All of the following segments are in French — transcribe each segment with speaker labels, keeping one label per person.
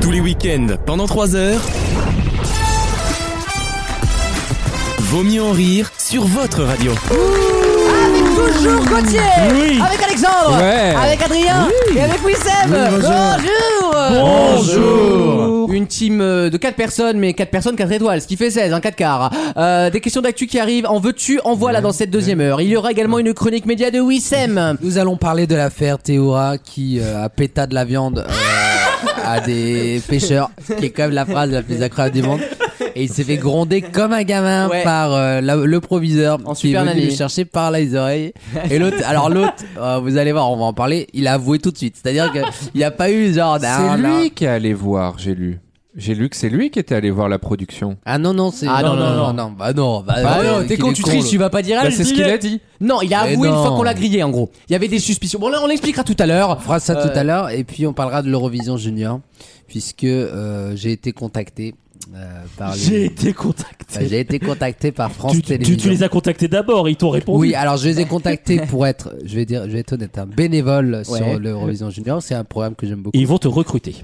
Speaker 1: Tous les week-ends, pendant 3 heures. Vaut mieux en rire sur votre radio.
Speaker 2: Avec toujours Gauthier
Speaker 3: Oui.
Speaker 2: Avec Alexandre
Speaker 3: Ouais.
Speaker 2: Avec Adrien Et avec Wissem Bonjour
Speaker 3: Bonjour.
Speaker 2: Une team euh, de 4 personnes, mais 4 personnes, 4 étoiles, ce qui fait 16, un 4 quarts. Euh, des questions d'actu qui arrivent, en veux-tu, en voilà dans cette deuxième heure. Il y aura également une chronique média de Wissem.
Speaker 4: Nous allons parler de l'affaire Théoura qui euh, a péta de la viande euh, à des pêcheurs, qui est quand même la phrase la plus incroyable du monde. Et il s'est fait gronder comme un gamin
Speaker 2: Ouais.
Speaker 4: par euh, la- le proviseur
Speaker 2: En
Speaker 4: qui est
Speaker 2: super
Speaker 4: venu
Speaker 2: nanny.
Speaker 4: le chercher par les oreilles. Et l'autre, alors l'autre, euh, vous allez voir, on va en parler. Il a avoué tout de suite. C'est-à-dire que il n'y a pas eu genre.
Speaker 3: C'est
Speaker 4: Ah,
Speaker 3: lui
Speaker 4: non.
Speaker 3: qui est allé voir, j'ai lu. J'ai lu que c'est lui qui était allé voir la production.
Speaker 4: Ah non non c'est.
Speaker 2: Ah, non, non, non.
Speaker 4: Bah non. Bah,
Speaker 2: Bah
Speaker 4: euh,
Speaker 2: non, t'es
Speaker 4: qu'il
Speaker 2: con,
Speaker 4: est
Speaker 2: tu
Speaker 4: con,
Speaker 2: triches,
Speaker 4: le-
Speaker 2: tu vas pas dire ah,
Speaker 3: Bah,
Speaker 2: je
Speaker 3: c'est ce
Speaker 2: disais.
Speaker 3: qu'il a dit.
Speaker 2: Non, il a
Speaker 4: Mais
Speaker 2: avoué une
Speaker 4: Bah non.
Speaker 2: fois qu'on l'a grillé en gros. Il y avait des suspicions. Bon là on l'expliquera tout à l'heure.
Speaker 4: On fera ça
Speaker 2: Euh,
Speaker 4: tout à l'heure et puis on parlera de l'Eurovision Junior puisque euh, j'ai été contacté euh, par les-
Speaker 5: J'ai été
Speaker 4: Bah,
Speaker 5: contacté.
Speaker 4: j'ai été contacté par France
Speaker 5: tu, tu-
Speaker 4: Télévisions.
Speaker 5: tu les as contactés d'abord, ils t'ont répondu.
Speaker 4: oui, ah. alors je les ai contactés pour être, je vais dire, je vais être honnête, un bénévole
Speaker 2: Ouais.
Speaker 4: sur l'Eurovision Junior. C'est un programme que j'aime beaucoup.
Speaker 5: Et ils vont te recruter.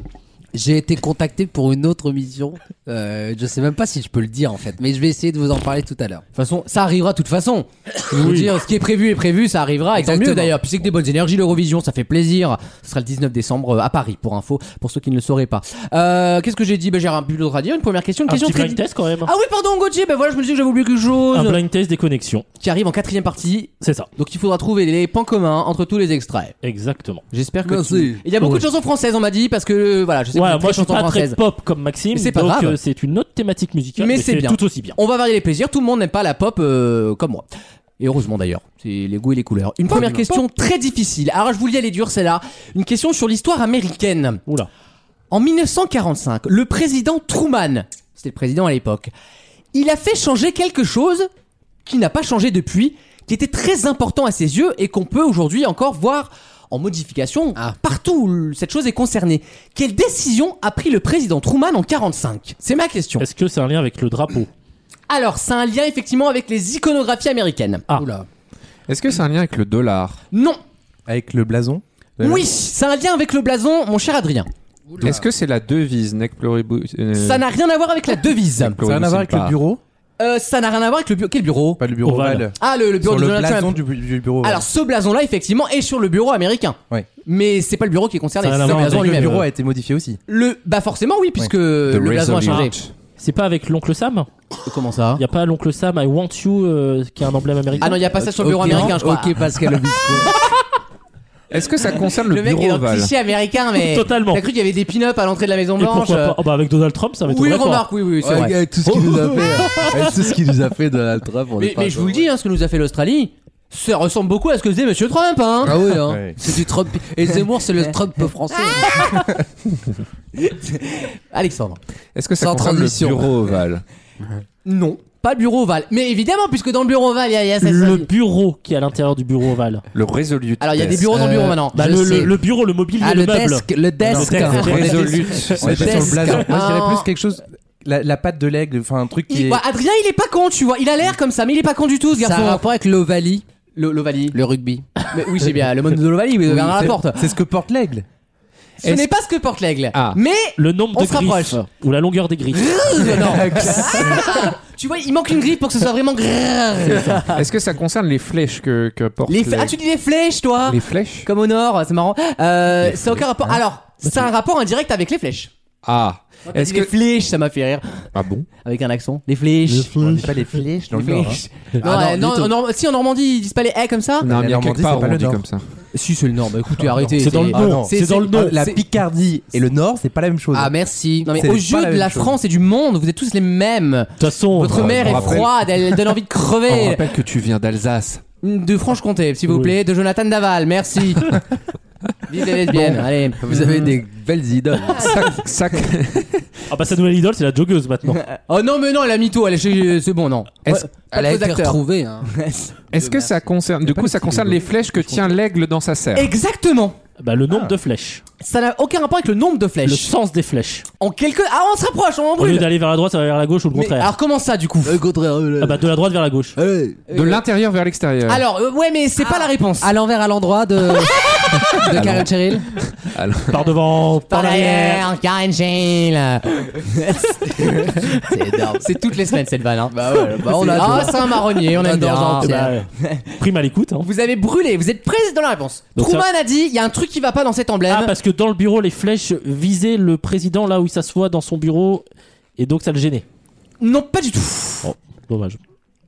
Speaker 4: J'ai été contacté pour une autre mission. Euh, je sais même pas si je peux le dire en fait, mais je vais essayer de vous en parler tout à l'heure.
Speaker 2: De toute façon, ça arrivera de toute façon. Je veux
Speaker 5: Oui. hein.
Speaker 2: dire, ce qui est prévu est prévu, ça arrivera. Et tant mieux
Speaker 4: Exactement.
Speaker 2: d'ailleurs. Puis c'est que des bonnes énergies, l'Eurovision, ça fait plaisir. Ce sera le 19 décembre euh, à Paris, pour info, pour ceux qui ne le sauraient pas. Euh, Qu'est-ce que j'ai dit ben, J'ai un bulletin de radio, une première question, une
Speaker 5: Un
Speaker 2: question
Speaker 5: petit
Speaker 2: très.
Speaker 5: blind test quand même.
Speaker 2: Ah oui, pardon, Gauthier, ben voilà, je me disais que j'avais oublié quelque chose.
Speaker 5: Un blind test des connexions.
Speaker 2: Qui arrive en quatrième partie.
Speaker 5: C'est ça.
Speaker 2: Donc il faudra trouver les points communs entre tous les extraits.
Speaker 5: Exactement.
Speaker 2: J'espère que.
Speaker 4: Merci.
Speaker 2: tu- Il y a beaucoup
Speaker 5: Ouais.
Speaker 2: de chansons françaises, on m'a dit, parce que euh, voilà, je sais
Speaker 5: Ouais,
Speaker 2: que vous êtes
Speaker 5: moi
Speaker 2: très
Speaker 5: je suis
Speaker 2: chanson
Speaker 5: pas
Speaker 2: française.
Speaker 5: très pop comme Maxime,
Speaker 2: Mais c'est pas
Speaker 5: donc
Speaker 2: grave.
Speaker 5: euh, c'est une autre thématique musicale,
Speaker 2: Mais
Speaker 5: mais,
Speaker 2: c'est
Speaker 5: c'est
Speaker 2: bien.
Speaker 5: tout aussi bien.
Speaker 2: On va varier les plaisirs, tout le monde n'aime pas la pop euh, comme moi. Et heureusement d'ailleurs, c'est les goûts et les couleurs. Une première question très difficile. Alors je vous lis elle est dure celle-là. Une question sur l'histoire américaine.
Speaker 5: Oula.
Speaker 2: En 1945, le président Truman, c'était le président à l'époque, il a fait changer quelque chose qui n'a pas changé depuis, qui était très important à ses yeux et qu'on peut aujourd'hui encore voir en modification
Speaker 4: Ah.
Speaker 2: partout où cette chose est concernée. Quelle décision a pris le président Truman en 45 C'est ma question.
Speaker 5: Est-ce que c'est un lien avec le drapeau
Speaker 2: Alors, c'est un lien effectivement avec les iconographies américaines.
Speaker 5: Ah.
Speaker 4: Oula.
Speaker 3: Est-ce que c'est un lien avec le dollar
Speaker 2: Non.
Speaker 6: Avec le blason
Speaker 2: Oui, c'est un lien avec le blason, mon cher Adrien.
Speaker 3: Est-ce que c'est la devise Nec pluribus euh,
Speaker 2: Ça n'a rien à voir avec la devise.
Speaker 3: nec
Speaker 6: Ça n'a rien à voir avec
Speaker 3: pluribus in
Speaker 6: le
Speaker 3: par.
Speaker 6: bureau
Speaker 2: Euh, ça n'a rien à voir avec le bureau. Quel bureau
Speaker 6: Pas le bureau
Speaker 5: Ovale.
Speaker 6: ovale.
Speaker 2: Ah, le, le bureau
Speaker 6: Sur
Speaker 2: de
Speaker 6: le
Speaker 2: Donald Trump.
Speaker 6: blason du, bu- du bureau ovale.
Speaker 2: Alors, ce blason-là, effectivement, est sur le bureau américain.
Speaker 6: Ouais.
Speaker 2: Mais c'est pas le bureau qui est concerné,
Speaker 5: Ça
Speaker 2: c'est
Speaker 5: n'a
Speaker 2: le
Speaker 5: rien à voir
Speaker 2: blason
Speaker 5: avec
Speaker 6: le
Speaker 2: lui-même.
Speaker 6: bureau a été modifié aussi.
Speaker 2: Le- Bah, forcément, oui, puisque le
Speaker 3: The
Speaker 2: blason a changé.
Speaker 3: Resolute.
Speaker 5: C'est pas avec l'oncle Sam
Speaker 2: Comment ça
Speaker 5: Il y a pas l'oncle Sam I Want You euh, qui a un emblème américain
Speaker 2: Ah non, il y a pas ça sur le bureau
Speaker 4: Ok,
Speaker 2: américain, je crois.
Speaker 4: Ok, Pascal Obispo.
Speaker 3: Est-ce que ça concerne le,
Speaker 2: le mec
Speaker 3: bureau
Speaker 2: est dans le
Speaker 3: ovale
Speaker 2: cliché américain, mais.
Speaker 5: Totalement.
Speaker 2: T'as cru qu'il y avait des pin-up à l'entrée de la Maison
Speaker 5: Et pourquoi
Speaker 2: Blanche
Speaker 5: pas Ah bah avec Donald Trump, ça
Speaker 2: euh,
Speaker 5: va être
Speaker 2: Oui,
Speaker 5: vrai, quoi.
Speaker 2: remarque, oui, oui, c'est
Speaker 4: Ouais,
Speaker 2: vrai.
Speaker 4: avec tout ce qu'il nous a fait, euh, avec tout ce qu'il nous a fait Donald Trump. on est
Speaker 2: Mais,
Speaker 4: pas
Speaker 2: mais je vous le dis, hein, ce que nous a fait l'Australie, ça ressemble beaucoup à ce que faisait Monsieur Trump. Hein.
Speaker 4: Ah oui, hein.
Speaker 6: Ouais.
Speaker 4: c'est du Trump. Et Zemmour, c'est le Trump français. hein.
Speaker 2: Alexandre.
Speaker 3: Est-ce que ça
Speaker 4: Sans
Speaker 3: concerne
Speaker 4: transition.
Speaker 3: le bureau ovale
Speaker 2: Non, pas le bureau ovale. Mais évidemment, puisque dans le bureau ovale, il y a, il y a ça, ça,
Speaker 5: Le
Speaker 2: ça.
Speaker 5: bureau qui est à l'intérieur du bureau ovale.
Speaker 3: Le Resolute
Speaker 2: Alors, il y a des
Speaker 3: Desk.
Speaker 2: bureaux Oh, dans le bureau
Speaker 4: Euh,
Speaker 2: maintenant.
Speaker 5: Bah,
Speaker 4: Je
Speaker 5: le,
Speaker 4: sais.
Speaker 5: le- le bureau, le mobile,
Speaker 4: Ah,
Speaker 5: le,
Speaker 4: le
Speaker 5: meuble.
Speaker 4: desk, le desk.
Speaker 5: Non, le
Speaker 4: hein.
Speaker 5: desk.
Speaker 4: On était-
Speaker 3: Resolute
Speaker 6: On était sur le
Speaker 4: Desk.
Speaker 6: blason. Moi je dirais
Speaker 2: Ah.
Speaker 6: plus quelque chose. La, la patte de l'aigle, enfin un truc
Speaker 2: Il-
Speaker 6: qui est.
Speaker 2: bah, Adrien, il est pas con, tu vois. Il a l'air comme ça, mais il est pas con du tout, ce
Speaker 4: Ça a un
Speaker 2: garçon.
Speaker 4: rapport avec l'Ovalie,
Speaker 2: Le- L'Ovalie.
Speaker 4: le rugby.
Speaker 2: Mais Oui, c'est bien. Le monde de l'Ovalie, mais
Speaker 6: Oui,
Speaker 2: regarde la
Speaker 6: c'est-
Speaker 2: porte.
Speaker 6: C'est ce que porte l'aigle.
Speaker 2: Ce n'est pas ce que porte l'aigle.
Speaker 3: Ah.
Speaker 2: Mais.
Speaker 5: Le nombre
Speaker 2: On
Speaker 5: de
Speaker 2: se rapproche.
Speaker 5: griffes ou la longueur des griffes.
Speaker 2: Non. tu vois, il manque une griffe pour que ce soit vraiment. grrrr.
Speaker 3: Ah. Est-ce que ça concerne les flèches que, que portent
Speaker 2: Les fl- Ah, tu dis les flèches, toi
Speaker 3: les flèches
Speaker 2: Comme au nord, c'est marrant. Euh, ça a aucun rapport. Alors, c'est un rapport indirect avec les flèches.
Speaker 3: Ah
Speaker 2: Est-ce
Speaker 3: Est-ce
Speaker 2: que... Les
Speaker 3: que
Speaker 2: flèches, ça m'a fait rire.
Speaker 3: Ah bon
Speaker 2: Avec un accent. Les flèches.
Speaker 6: On dit pas les flèches dans le nord. hein.
Speaker 2: Non,
Speaker 6: Ah
Speaker 2: euh,
Speaker 6: non,
Speaker 2: non,
Speaker 6: du tout.
Speaker 2: en Norm- si en Normandie ils disent pas les haies comme ça
Speaker 3: Non, mais il y a
Speaker 6: Normandie,
Speaker 3: quelque
Speaker 6: c'est
Speaker 3: part où
Speaker 6: pas
Speaker 3: on
Speaker 6: le
Speaker 3: dit
Speaker 6: Nord.
Speaker 3: comme ça.
Speaker 2: Si c'est le Nord, bah écoutez arrêtez.
Speaker 5: C'est dans le
Speaker 6: Ah
Speaker 5: nom.
Speaker 6: non,
Speaker 5: C'est
Speaker 2: c'est-
Speaker 5: dans le
Speaker 2: c'est-
Speaker 5: nom.
Speaker 6: La
Speaker 2: c'est-
Speaker 6: Picardie et le Nord, c'est pas la même chose.
Speaker 4: Ah, merci.
Speaker 2: Non mais
Speaker 6: C'est
Speaker 2: aux
Speaker 6: pas
Speaker 2: yeux
Speaker 6: la
Speaker 2: de
Speaker 6: même
Speaker 2: la
Speaker 6: chose.
Speaker 2: France et du monde, vous êtes tous les mêmes.
Speaker 5: De toute façon,
Speaker 2: Votre
Speaker 5: euh,
Speaker 2: mère
Speaker 3: on
Speaker 2: est
Speaker 3: rappelle-
Speaker 2: froide, elle donne envie de
Speaker 3: On
Speaker 2: crever.
Speaker 3: rappelle que tu viens d'Alsace.
Speaker 2: De Franche-Comté, s'il vous
Speaker 5: Oui.
Speaker 2: plaît, de Jonathan Daval, merci. Vive les lesbiennes, allez.
Speaker 4: Vous avez des belles idoles.
Speaker 3: ça, ça-
Speaker 5: Ah bah sa nouvelle idole, c'est la joggeuse maintenant.
Speaker 2: Oh non mais non, elle a mytho, elle est chez- c'est bon non.
Speaker 3: Est-ce-
Speaker 2: Ouais, pas
Speaker 4: Elle
Speaker 2: de
Speaker 4: a
Speaker 2: faux
Speaker 4: été
Speaker 2: acteurs.
Speaker 4: retrouvée. hein.
Speaker 3: Est-ce que ça concerne Du coup, ça concerne les flèches que tient l'aigle dans sa serre.
Speaker 2: Exactement.
Speaker 5: Bah le nombre de flèches.
Speaker 2: Ça n'a aucun rapport avec le nombre de flèches.
Speaker 5: Le sens des flèches.
Speaker 2: En quelques. Ah, on se rapproche, on en
Speaker 5: Au lieu
Speaker 2: brûle
Speaker 5: d'aller vers la droite, ça va vers la gauche ou le
Speaker 2: Mais ah,
Speaker 5: contraire.
Speaker 2: Alors, comment ça, du coup
Speaker 4: Le contraire. euh,
Speaker 5: Ah bah de la droite vers la gauche.
Speaker 4: euh,
Speaker 3: De l'intérieur vers l'extérieur.
Speaker 2: Alors, euh, ouais, mais c'est pas la réponse.
Speaker 4: Ah, À l'envers, à l'endroit de. de Karel Cheryl.
Speaker 2: euh,
Speaker 5: Par devant, par derrière.
Speaker 2: Karen Shale.
Speaker 4: C'est énorme.
Speaker 2: C'est toutes les semaines cette vanne. hein.
Speaker 4: Bah ouais, bah on
Speaker 2: C'est-
Speaker 4: a.
Speaker 2: Ah, c'est un marronnier, on
Speaker 4: On
Speaker 2: aime
Speaker 4: adore
Speaker 2: bien. ben,
Speaker 4: Jean.
Speaker 5: Eh bah, ouais. prime à l'écoute. hein.
Speaker 2: Vous avez brûlé, vous êtes prise dans la réponse.
Speaker 5: Donc
Speaker 2: Truman a dit il y a un truc qui va pas dans cet emblème.
Speaker 5: Ah parce que dans le bureau, les flèches visaient le président là où il s'assoit dans son bureau et donc ça le gênait.
Speaker 2: Non, pas du tout.
Speaker 5: Oh, dommage.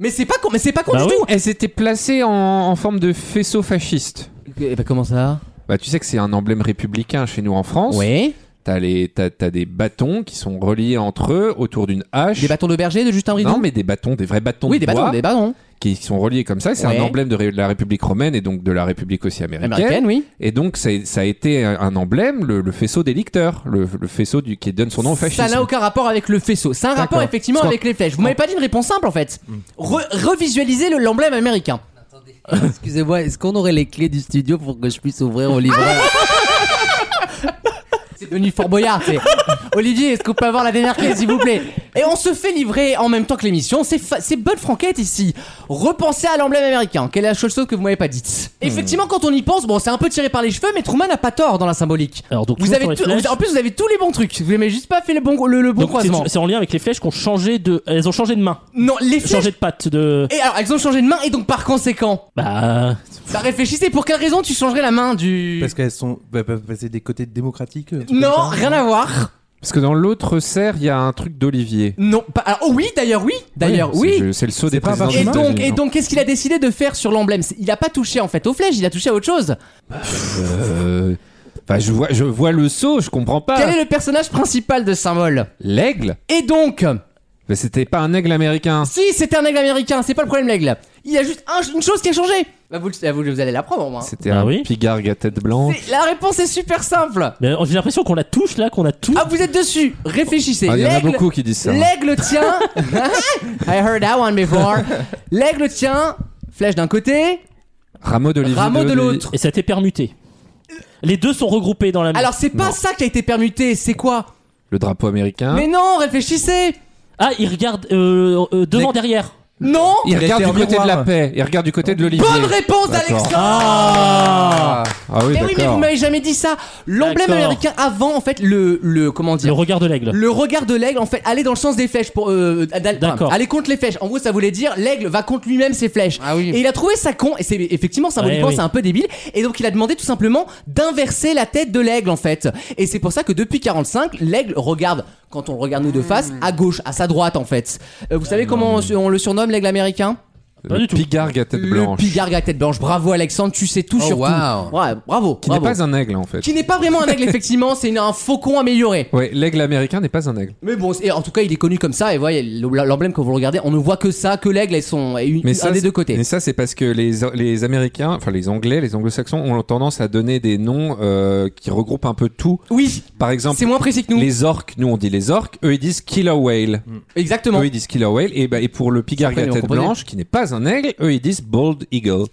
Speaker 2: Mais c'est pas con, mais c'est pas con
Speaker 5: Bah
Speaker 2: du
Speaker 5: oui.
Speaker 2: tout.
Speaker 3: Elles étaient placées en, en forme de faisceau fasciste.
Speaker 2: Eh bah, comment ça
Speaker 3: Bah, tu sais que c'est un emblème républicain chez nous en France.
Speaker 2: Oui.
Speaker 3: T'as les, t'as, t'as des bâtons qui sont reliés entre eux autour d'une hache.
Speaker 2: Des bâtons de berger de Justin Bridou
Speaker 3: non, mais des bâtons, des vrais bâtons
Speaker 2: Oui,
Speaker 3: de
Speaker 2: des
Speaker 3: bois
Speaker 2: bâtons, des bâtons.
Speaker 3: qui sont reliés comme ça. C'est
Speaker 2: Ouais.
Speaker 3: un emblème de, ré- de la République romaine et donc de la République aussi américaine.
Speaker 2: Américaine, oui.
Speaker 3: Et donc, ça, ça a été un- un emblème, le, le faisceau des licteurs, le, le faisceau du, qui donne son nom au fascisme.
Speaker 2: Ça n'a aucun rapport avec le faisceau. C'est un
Speaker 3: D'accord.
Speaker 2: rapport effectivement
Speaker 3: Parce Hmm.
Speaker 2: avec les flèches. Vous m'avez pas dit une réponse simple en fait. Re- Revisualisez le- l'emblème américain.
Speaker 4: Excusez-moi, est-ce qu'on aurait les clés du studio pour que je puisse ouvrir au livreur
Speaker 2: C'est devenu Fort Boyard. c'est- Olivier, est-ce qu'on peut avoir la dernière clé, s'il vous plaît Et on se fait livrer en même temps que l'émission. C'est fa- c'est bonne franquette ici. Repensez à l'emblème américain. Quelle est la chose que vous m'avez pas dite
Speaker 3: Hmm.
Speaker 2: Effectivement, quand on y pense, bon, c'est un peu tiré par les cheveux, mais Truman n'a pas tort dans la symbolique.
Speaker 5: Alors donc
Speaker 2: Vous
Speaker 5: toujours
Speaker 2: avez
Speaker 5: sur les
Speaker 2: tout-
Speaker 5: flèches.
Speaker 2: vous- en plus, vous avez tous les bons trucs. Vous n'avez juste pas fait le bon, le, le bon
Speaker 5: Donc, c'est-
Speaker 2: croisement.
Speaker 5: c'est en lien avec les flèches qu'on changé de, elles ont changé de main,
Speaker 2: Non, les flèches.
Speaker 5: changé de patte de.
Speaker 2: Et alors, elles ont changé de main, et donc par conséquent,
Speaker 5: Bah
Speaker 2: bah réfléchissez. Pour quelle raison tu changerais la main du
Speaker 6: Parce qu'elles sont. Bah, bah, bah, c'est des côtés démocratiques. euh, un truc
Speaker 2: Non,
Speaker 6: comme ça.
Speaker 2: rien à voir.
Speaker 3: Parce que dans l'autre serre, il y a un truc d'Olivier.
Speaker 2: Non, pas. Alors, oh oui, d'ailleurs, oui, d'ailleurs,
Speaker 3: C'est-
Speaker 2: oui.
Speaker 3: je- C'est le saut
Speaker 6: C'est
Speaker 3: des
Speaker 6: pas
Speaker 3: présidents.
Speaker 6: un
Speaker 2: Et
Speaker 3: des
Speaker 2: donc,
Speaker 3: États-Unis,
Speaker 2: et
Speaker 3: non
Speaker 2: donc, qu'est-ce qu'il a décidé de faire sur l'emblème C'est- Il a pas touché en fait aux flèches, il a touché à autre chose.
Speaker 3: Euh, Enfin, je vois, je vois le saut, je comprends pas.
Speaker 2: Quel est le personnage principal de symbole
Speaker 3: L'aigle
Speaker 2: Et donc,
Speaker 3: Mais c'était pas un aigle américain.
Speaker 2: si c'était un aigle américain, c'est pas le problème l'aigle. Il y a juste un- une chose qui a changé. Bah, vous, le- vous, vous allez l'apprendre au moins.
Speaker 3: C'était
Speaker 5: Bah
Speaker 3: un
Speaker 5: oui.
Speaker 3: pigargue à tête blanche.
Speaker 2: C'est- La réponse est super simple.
Speaker 5: mais j'ai l'impression qu'on la touche là, qu'on a tout.
Speaker 2: Ah, vous êtes dessus. Réfléchissez.
Speaker 3: Ah, Il y en a
Speaker 2: L'aigle-
Speaker 3: beaucoup qui disent ça.
Speaker 2: L'aigle tient. I heard that one before. L'aigle tient. Flèche d'un côté,
Speaker 3: Rameau d'olivier.
Speaker 2: rameau de
Speaker 3: d'Olivier.
Speaker 2: l'autre.
Speaker 5: Et ça a été permuté. Les deux sont regroupés dans la. même
Speaker 2: Alors c'est pas ça qui a été permuté, c'est quoi
Speaker 3: Le drapeau américain.
Speaker 2: Mais non, réfléchissez.
Speaker 5: Ah, ils regardent euh, euh, devant, derrière.
Speaker 2: Non.
Speaker 3: Il regarde
Speaker 6: était
Speaker 3: du
Speaker 6: en
Speaker 3: côté de la
Speaker 6: miroir.
Speaker 3: paix. Il regarde du côté de l'olivier.
Speaker 2: Bonne réponse
Speaker 3: D'accord.
Speaker 2: d'Alexandre.
Speaker 5: Ah
Speaker 3: Ah
Speaker 2: mais Eh
Speaker 3: oui,
Speaker 2: oui, mais vous
Speaker 3: d'accord.
Speaker 2: m'avez jamais dit ça. L'emblème
Speaker 5: D'accord.
Speaker 2: américain avant, en fait, le le comment
Speaker 5: Le
Speaker 2: dire.
Speaker 5: regard de l'aigle.
Speaker 2: Le regard de l'aigle, en fait, aller dans le sens des flèches pour euh, d'al-
Speaker 5: D'accord.
Speaker 2: enfin, aller contre les flèches. En gros, ça voulait dire l'aigle va contre lui-même ses flèches.
Speaker 4: Ah oui.
Speaker 2: Et il a trouvé ça con, et c'est effectivement symboliquement
Speaker 5: Ouais, oui.
Speaker 2: c'est un peu débile. Et donc il a demandé tout simplement d'inverser la tête de l'aigle en fait. Et c'est pour ça que depuis 45, l'aigle regarde quand on le regarde
Speaker 3: Hmm.
Speaker 2: nous de face à gauche, à sa droite en fait. Euh, vous
Speaker 3: Ah,
Speaker 2: savez comment on, on le surnomme l'aigle américain
Speaker 5: Pas
Speaker 3: Le
Speaker 5: du tout.
Speaker 3: pigargue à tête
Speaker 2: Le
Speaker 3: blanche.
Speaker 2: pigargue à tête blanche. Bravo Alexandre, tu sais tout
Speaker 4: Oh,
Speaker 2: sur tout.
Speaker 4: waouh.
Speaker 2: Ouais, bravo.
Speaker 3: Qui n'est
Speaker 2: bravo.
Speaker 3: pas un aigle en fait.
Speaker 2: Qui n'est pas vraiment un aigle effectivement, c'est une- un faucon amélioré.
Speaker 3: Ouais, l'aigle américain n'est pas un aigle.
Speaker 2: Mais bon, et en tout cas, il est connu comme ça. Et voyez, le- l'emblème quand vous le regardez, on ne voit que ça, que l'aigle et son et une,
Speaker 3: Mais
Speaker 2: un
Speaker 3: ça,
Speaker 2: des deux
Speaker 3: Mais
Speaker 2: côtés.
Speaker 3: ça, c'est parce que les, les Américains, enfin les Anglais, les Anglo-Saxons ont tendance à donner des noms euh, qui regroupent un peu tout.
Speaker 2: Oui,
Speaker 3: Par exemple,
Speaker 2: c'est moins précis que nous.
Speaker 3: les orques, nous on dit les orques, eux ils disent killer whale.
Speaker 2: Exactement.
Speaker 3: Eux ils disent killer whale. Et, bah, et pour le pigargue
Speaker 2: Après,
Speaker 3: à
Speaker 2: on
Speaker 3: tête
Speaker 2: comprenait.
Speaker 3: blanche, qui n'est pas un aigle, eux ils disent bald eagle.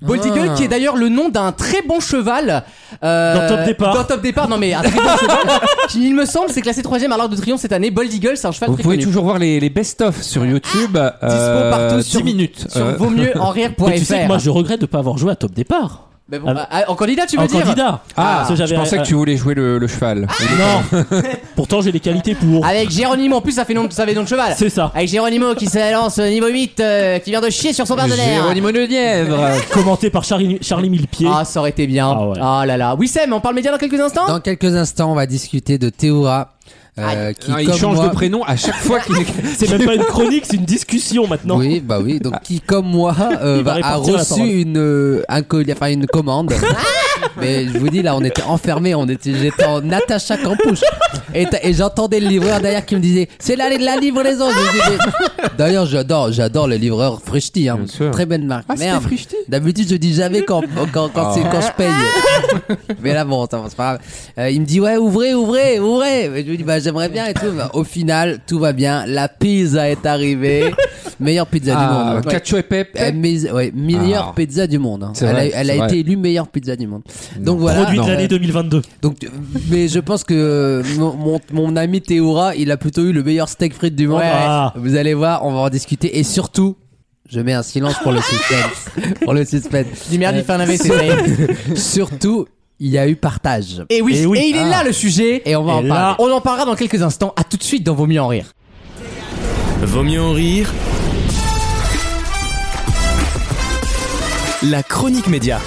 Speaker 2: Bald
Speaker 4: Ah.
Speaker 2: Eagle, qui est d'ailleurs le nom d'un très bon cheval. euh,
Speaker 5: Dans Top Départ.
Speaker 2: Dans Top Départ, non mais un très bon cheval. Qui, il me semble, c'est classé troisième à l'ordre de triomphe cette année. Bold Eagle, c'est un cheval
Speaker 3: Vous
Speaker 2: très
Speaker 3: pouvez
Speaker 2: connu. Ah,
Speaker 3: toujours voir les, les best-of sur YouTube.
Speaker 2: Dispo partout sur-
Speaker 3: 10 minutes.
Speaker 2: Sur
Speaker 3: Euh,
Speaker 2: vaut mieux en rire
Speaker 5: Mais tu sais que moi, je regrette de pas avoir joué à Top Départ.
Speaker 2: Mais bon, ah, en candidat, tu veux
Speaker 5: en
Speaker 2: dire
Speaker 5: candidat.
Speaker 3: Ah,
Speaker 5: Parce que
Speaker 3: je
Speaker 5: j'avais-
Speaker 3: pensais que tu voulais jouer le, le
Speaker 2: Ah,
Speaker 3: cheval.
Speaker 5: Non. Pourtant, j'ai les qualités pour.
Speaker 2: Avec Géronimo, en plus ça fait nom, ça fait nom de cheval.
Speaker 5: C'est ça.
Speaker 2: Avec Géronimo qui s'élance au niveau 8, euh, qui vient de chier sur son partenaire.
Speaker 4: Géronimo de Nièvre
Speaker 5: Euh, Commenté par Charlie, Charlie Millepied.
Speaker 2: Ah, ça aurait été bien.
Speaker 5: Ah ouais.
Speaker 2: là là. Oui, Sam, on parle média dans quelques instants
Speaker 4: Dans quelques instants, on va discuter de Théora. euh, qui,
Speaker 3: Non, il
Speaker 4: comme
Speaker 3: change
Speaker 4: moi,
Speaker 3: de prénom à chaque fois qu'il est.
Speaker 5: C'est même pas une chronique, c'est une discussion maintenant.
Speaker 4: Oui, bah oui. Donc qui comme moi euh,
Speaker 5: Il
Speaker 4: va-
Speaker 5: va
Speaker 4: a
Speaker 5: répartir la
Speaker 4: reçu
Speaker 5: parole.
Speaker 4: une euh, un colis- enfin une commande. Mais je vous dis là, on était enfermés, on était j'étais en Natacha Campouche et, t'as- et j'entendais le livreur derrière qui me disait c'est là la livraison. Je lui dis, mais- D'ailleurs, j'adore j'adore le livreur Frushti, hein.
Speaker 3: Bien sûr.
Speaker 4: très belle
Speaker 5: Ah,
Speaker 4: marque. Merde. D'habitude, je dis jamais quand quand quand, c'est- quand je paye. Mais là bon, ça va, c'est pas grave. Euh, il me dit ouais ouvrez ouvrez ouvrez. Et je lui dis bah j'aimerais bien et tout. Bah, au final, tout va bien. La pizza est arrivée.
Speaker 2: meilleure pizza du
Speaker 3: Ah,
Speaker 2: monde.
Speaker 3: cacio e pepe.
Speaker 2: Euh, mais- ouais, meilleure
Speaker 3: Ah.
Speaker 2: pizza du monde. hein.
Speaker 3: C'est
Speaker 2: elle
Speaker 3: vrai,
Speaker 2: a, elle a
Speaker 3: c'est vrai.
Speaker 2: été élue meilleure pizza du monde. Donc
Speaker 3: Non.
Speaker 2: voilà.
Speaker 5: Produit de
Speaker 2: Euh,
Speaker 5: l'année 2022.
Speaker 2: Donc, euh, mais je pense que euh, mon, mon- mon ami Théoura, il a plutôt eu le meilleur steak frites du monde.
Speaker 5: Ouais. Ah.
Speaker 2: Vous allez voir, on va en discuter. Et surtout, je mets un silence pour le suspense. pour le suspense.
Speaker 4: Ah. Du merde,
Speaker 2: Euh,
Speaker 4: il fait un AVC. ça y est.
Speaker 2: Surtout, il y a eu partage.
Speaker 4: Et oui,
Speaker 5: Et oui.
Speaker 4: et il est
Speaker 2: Ah.
Speaker 4: là le sujet.
Speaker 2: Et on va en
Speaker 4: là-
Speaker 2: parler.
Speaker 4: On en parlera dans quelques instants. À tout de suite dans Vos mieux en rire.
Speaker 1: Vaut mieux en rire. La chronique média.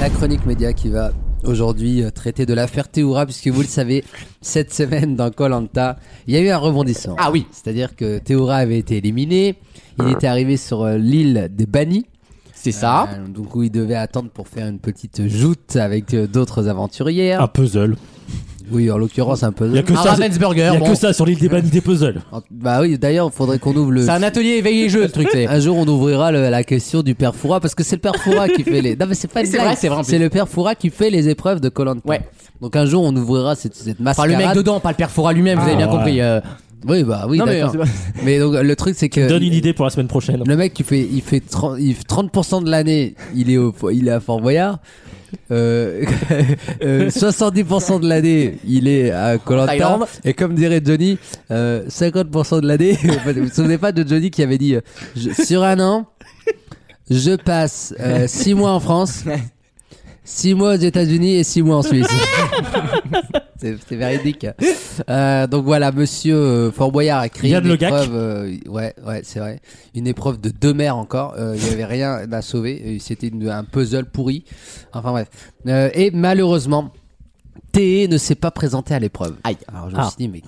Speaker 2: La chronique média qui va aujourd'hui euh, traiter de l'affaire Théoura, puisque vous le savez, cette semaine dans Colanta, il y a eu un rebondissement.
Speaker 4: Ah oui.
Speaker 2: C'est-à-dire que Théoura avait été éliminé,
Speaker 5: Ah.
Speaker 2: il était arrivé sur euh, l'île des bannis.
Speaker 4: C'est ça.
Speaker 2: Euh, donc où il devait attendre pour faire une petite joute avec euh, d'autres aventurières.
Speaker 5: Un puzzle.
Speaker 2: Oui, en l'occurrence un peu.
Speaker 5: Ah. Il y a que
Speaker 4: un
Speaker 5: ça. Il
Speaker 4: Ravensburger.
Speaker 5: y a
Speaker 4: bon.
Speaker 5: que ça sur l'île des bannis des puzzles.
Speaker 2: En- Bah oui, d'ailleurs, faudrait qu'on ouvre le.
Speaker 4: C'est un atelier éveillé et jeu, le truc. c'est-
Speaker 2: Un jour, on ouvrira le- la question du père Foura parce que c'est le père Foura qui fait les. Non, mais c'est pas une
Speaker 4: C'est
Speaker 2: blague.
Speaker 4: vrai, c'est vrai, en plus.
Speaker 2: C'est le père Foura qui fait les épreuves de Colanta.
Speaker 4: Ouais.
Speaker 2: Donc un jour, on ouvrira cette, cette
Speaker 4: Enfin,
Speaker 2: mascarade.
Speaker 4: le mec dedans, pas le perfora lui-même, vous avez bien
Speaker 5: Ah,
Speaker 4: compris. euh.
Speaker 2: Oui, bah oui,
Speaker 4: Non, mais,
Speaker 2: d'accord.
Speaker 4: euh,
Speaker 2: Mais, donc le truc, c'est que.
Speaker 5: Donne une idée pour la semaine prochaine.
Speaker 2: Euh, Le mec, il fait, il fait 30%, il fait 30 de l'année, il est au, il est à Fort Boyard. Euh, euh, 70% de l'année, il est à Colanta.
Speaker 4: Thaïlande.
Speaker 2: Et comme dirait Johnny, euh, 50% de l'année. vous vous souvenez pas de Johnny qui avait dit euh, je- sur un an, je passe 6 mois en France, 6 mois aux États-Unis et 6 mois en Suisse. C'est c'est véridique. Euh, donc voilà, monsieur euh, Fort Boyard a créé
Speaker 5: Yann
Speaker 2: une
Speaker 5: Le Gac.
Speaker 2: épreuve. euh, ouais, ouais, c'est vrai. Une épreuve de deux mères encore. Euh, Il n'y avait rien à sauver. Euh, C'était une- un puzzle pourri. Enfin bref. Euh, et malheureusement, TE ne s'est pas présenté à l'épreuve.
Speaker 4: Aïe.
Speaker 2: Alors je me
Speaker 5: Ah.
Speaker 2: suis dit, mais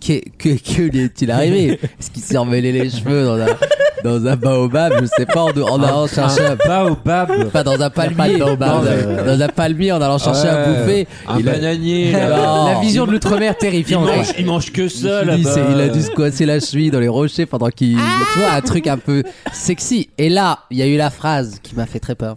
Speaker 2: que, que, que lui est-il arrivé Est-ce qu'il s'est emmêlé les cheveux dans un, dans un baobab Je sais pas, en, en allant chercher un
Speaker 6: Baobab.
Speaker 2: pas dans un palmier, dans, dans un palmier en allant chercher à
Speaker 3: Ouais.
Speaker 2: bouffer.
Speaker 3: Un
Speaker 2: Il a-
Speaker 3: bananier.
Speaker 2: Non.
Speaker 4: La vision de l'outre-mer terrifiante. quoi.
Speaker 5: il mange
Speaker 2: Je
Speaker 5: que
Speaker 2: me
Speaker 5: ça
Speaker 2: suis dit, c'est-
Speaker 5: bah.
Speaker 2: il a dû squatter la cheville dans les rochers pendant qu'il.
Speaker 4: Ah.
Speaker 2: Tu vois, un truc un peu sexy. Et là, il y a eu la phrase qui m'a fait très peur.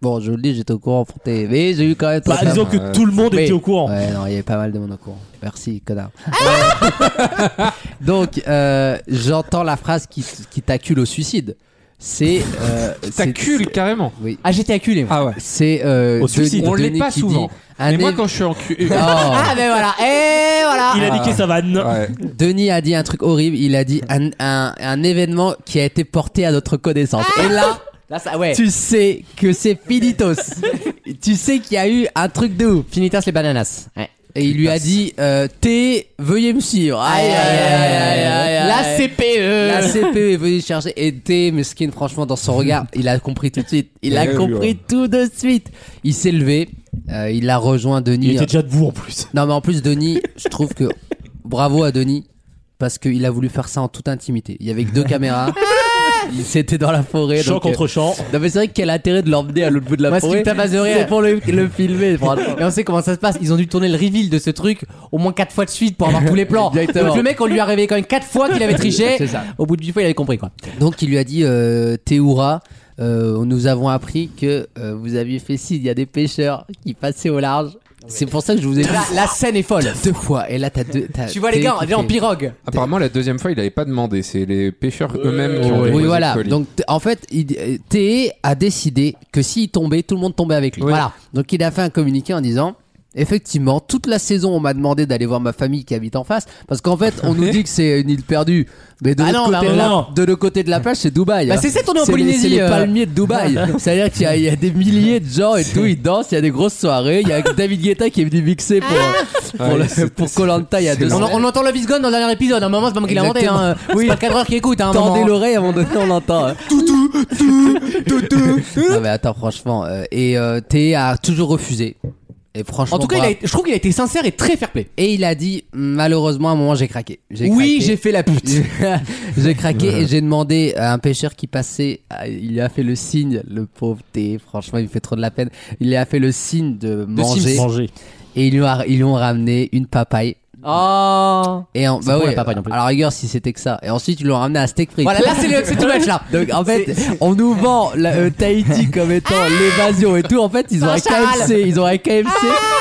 Speaker 2: Bon, je vous le dis, j'étais au courant, fronté. Mais j'ai eu quand même très
Speaker 5: Bah,
Speaker 2: peur.
Speaker 5: disons que tout le monde
Speaker 2: Mais-
Speaker 5: était au courant.
Speaker 2: Ouais, non, il y avait pas mal de monde au courant. Merci, connard. Euh, Donc, euh, j'entends la phrase qui, qui t'accule au suicide. C'est. Euh, c'est-
Speaker 3: T'accules carrément.
Speaker 2: Oui.
Speaker 4: Ah, j'étais acculé. moi.
Speaker 3: Ah ouais.
Speaker 2: C'est. euh,
Speaker 5: Au suicide.
Speaker 2: Denis-
Speaker 3: On l'est
Speaker 2: Denis
Speaker 3: pas
Speaker 2: qui
Speaker 3: souvent.
Speaker 2: dit, un
Speaker 3: Mais moi
Speaker 2: év-
Speaker 3: quand je suis en cul.
Speaker 2: Oh.
Speaker 4: Ah, ben voilà. Et voilà.
Speaker 5: Il a
Speaker 2: Ah.
Speaker 5: niqué sa vanne.
Speaker 3: Ouais.
Speaker 2: Denis a dit un truc horrible. Il a dit un, un- un événement qui a été porté à notre connaissance. Et là,
Speaker 4: Là, ça, ouais.
Speaker 2: tu sais que c'est finitos. tu sais qu'il y a eu un truc de ouf. Eh.
Speaker 4: Finitas les bananas. Ouais.
Speaker 2: Et il lui a dit euh, T, veuillez me suivre. Aïe, aïe, aïe, aïe, aïe, aïe.
Speaker 4: La E. CPE.
Speaker 2: La CPE est venue chercher et T, mesquine, franchement, dans son regard, il a compris tout de suite. Il a
Speaker 3: Ouais, oui,
Speaker 2: compris
Speaker 3: ouais.
Speaker 2: tout de suite. Il s'est levé, euh, il a rejoint Denis.
Speaker 5: Il était déjà debout en plus.
Speaker 2: Non, mais en plus, Denis, je trouve que bravo à Denis parce qu'il a voulu faire ça en toute intimité. Il y avait que deux caméras. Il s'était dans la forêt.
Speaker 5: Champ
Speaker 2: donc,
Speaker 5: contre
Speaker 2: euh,
Speaker 5: champ.
Speaker 2: Non, mais c'est vrai que quel intérêt de l'emmener à l'autre bout de la
Speaker 4: Moi, ce qui
Speaker 2: forêt.
Speaker 4: me tabasse de
Speaker 2: C'est
Speaker 4: rire.
Speaker 2: pour le, le filmer. franchement.
Speaker 4: Et on sait comment ça se passe. Ils ont dû tourner le reveal de ce truc au moins 4 fois de suite pour avoir tous les plans.
Speaker 2: Exactement.
Speaker 4: Donc le mec, on lui a réveillé quand même 4 fois qu'il avait triché.
Speaker 2: C'est ça.
Speaker 4: Au bout du fois, il avait compris quoi.
Speaker 2: Donc, il lui a dit euh, Théoura, euh, nous avons appris que euh, vous aviez fait ci. Il y a des pêcheurs qui passaient au large. C'est pour ça que je vous ai dit
Speaker 4: La, la scène est folle.
Speaker 2: deux fois. Et là, t'as deux. t'as-
Speaker 4: Tu vois les
Speaker 2: T
Speaker 4: gars,
Speaker 2: qui
Speaker 4: on est en
Speaker 2: fait-
Speaker 4: pirogue.
Speaker 3: Apparemment la deuxième fois il avait pas demandé. C'est les pêcheurs eux-mêmes qui ont.
Speaker 2: Oui,
Speaker 3: déposé
Speaker 2: voilà.
Speaker 3: le colis.
Speaker 2: Donc, t- en fait, il- euh, TE a décidé que s'il tombait, tout le monde tombait avec lui.
Speaker 3: Oui.
Speaker 2: Voilà. Donc, il a fait un communiqué en disant. Effectivement, toute la saison, on m'a demandé d'aller voir ma famille qui habite en face, parce qu'en fait, on nous dit que c'est une île perdue, mais de
Speaker 4: Ah
Speaker 2: l'autre
Speaker 4: non,
Speaker 2: côté,
Speaker 4: bah
Speaker 2: de la-
Speaker 5: non.
Speaker 2: de l'autre côté de la plage, c'est Dubaï. hein.
Speaker 4: Bah, c'est ça, tourner en
Speaker 2: les-
Speaker 4: Polynésie,
Speaker 2: c'est les
Speaker 4: euh.
Speaker 2: palmiers de Dubaï. C'est-à-dire qu'il y a- il y, a des milliers de gens et tout, ils dansent, il y a des grosses soirées. Il y a David Guetta qui est venu mixer pour euh, pour
Speaker 3: Ouais,
Speaker 2: le-
Speaker 3: c'est-
Speaker 2: pour Colanta il y a deux
Speaker 4: On,
Speaker 2: semaines.
Speaker 4: on entend Love is Gone dans le dernier épisode. À un moment, c'est pas moi qui l'ai inventé.
Speaker 2: Exactement.
Speaker 4: Hein. C'est pas le cadreur qui écoute. Hein, à un
Speaker 2: Tendez
Speaker 4: moment.
Speaker 2: l'oreille avant de on l'entend. hein. non mais attends franchement euh, et euh, T a toujours refusé. Et franchement
Speaker 4: En tout cas, il
Speaker 2: bravo.
Speaker 4: a été- je trouve qu'il a été sincère et très fair-play.
Speaker 2: et il a dit malheureusement à un moment j'ai craqué. J'ai
Speaker 4: Oui,
Speaker 2: craqué.
Speaker 4: j'ai fait la pute.
Speaker 2: j'ai craqué et j'ai demandé à un pêcheur qui passait, à- il lui a fait le signe, le pauvre T, franchement il me fait trop de la peine, il lui a fait le signe de manger
Speaker 5: Manger.
Speaker 4: E.
Speaker 2: et ils lui, ont- ils lui ont ramené une papaye
Speaker 4: Oh
Speaker 2: Et en, bah
Speaker 5: pour
Speaker 2: ouais,
Speaker 5: la papaye, en plus.
Speaker 2: à la rigueur, si c'était que ça. Et ensuite, ils l'ont ramené à steak frites.
Speaker 4: Voilà, là c'est le- c'est tout match là. Ah
Speaker 2: Donc en fait, on nous vend la, euh, Tahiti comme étant l'évasion et tout. En fait, ils ont
Speaker 4: Un Ah
Speaker 2: un
Speaker 4: charal.
Speaker 2: KFC. Ils ont un KFC.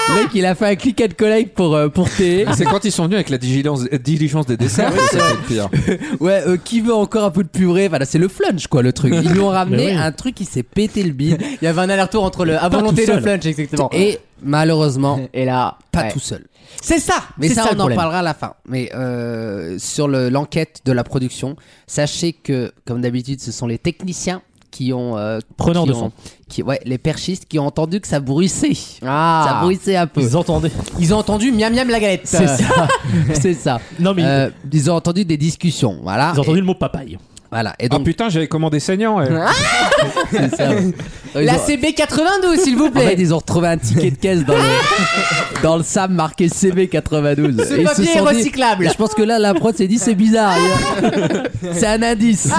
Speaker 2: Le mec, il a fait un click and collect pour, euh, pour thé.
Speaker 3: C'est quand ils sont venus avec la diligence, euh, diligence des desserts, que ça, c'est le pire.
Speaker 2: Ouais, euh, qui veut encore un peu de purée Voilà, c'est le flunch quoi, le truc. Ils lui ont ramené
Speaker 5: Mais oui.
Speaker 2: un truc qui s'est pété le bide.
Speaker 4: Il y avait un aller-retour entre le à
Speaker 5: Pas
Speaker 4: volonté
Speaker 5: tout
Speaker 4: de
Speaker 5: seul.
Speaker 4: flunch exactement.
Speaker 2: Et malheureusement,
Speaker 4: et là
Speaker 2: pas
Speaker 4: ouais.
Speaker 2: tout seul.
Speaker 4: C'est ça.
Speaker 2: Mais
Speaker 4: c'est
Speaker 2: ça,
Speaker 4: le
Speaker 2: on en
Speaker 4: problème.
Speaker 2: parlera à la fin. Mais euh, sur le- l'enquête de la production, sachez que, comme d'habitude, ce sont les techniciens qui ont. euh,
Speaker 5: Preneurs
Speaker 2: qui
Speaker 5: de
Speaker 2: ont-
Speaker 5: son.
Speaker 2: Qui, ouais, les perchistes qui ont entendu que ça bruissait. Ça
Speaker 4: Ah.
Speaker 2: bruissait un peu.
Speaker 5: Ils entendaient.
Speaker 4: Ils ont entendu miam miam la galette.
Speaker 2: C'est ça. C'est ça.
Speaker 5: Non, mais ils-
Speaker 2: Euh, ils ont entendu des discussions. Voilà.
Speaker 5: ils ont entendu le mot papaye.
Speaker 2: Et, voilà. Et
Speaker 3: Oh
Speaker 2: donc,
Speaker 3: putain, j'avais commandé saignant. eh.
Speaker 2: c'est ça. Ils
Speaker 4: La
Speaker 2: ont-
Speaker 4: CB92 s'il vous
Speaker 2: En
Speaker 4: plaît. Ah
Speaker 2: fait, ils ont retrouvé un ticket de caisse dans le, dans le SAM marqué CB92.
Speaker 4: Ce
Speaker 2: Et ils se
Speaker 4: papier est
Speaker 2: sont dit-
Speaker 4: recyclable. Ah
Speaker 2: Et je pense que là, la prod s'est dit c'est bizarre. Il y a- C'est un indice.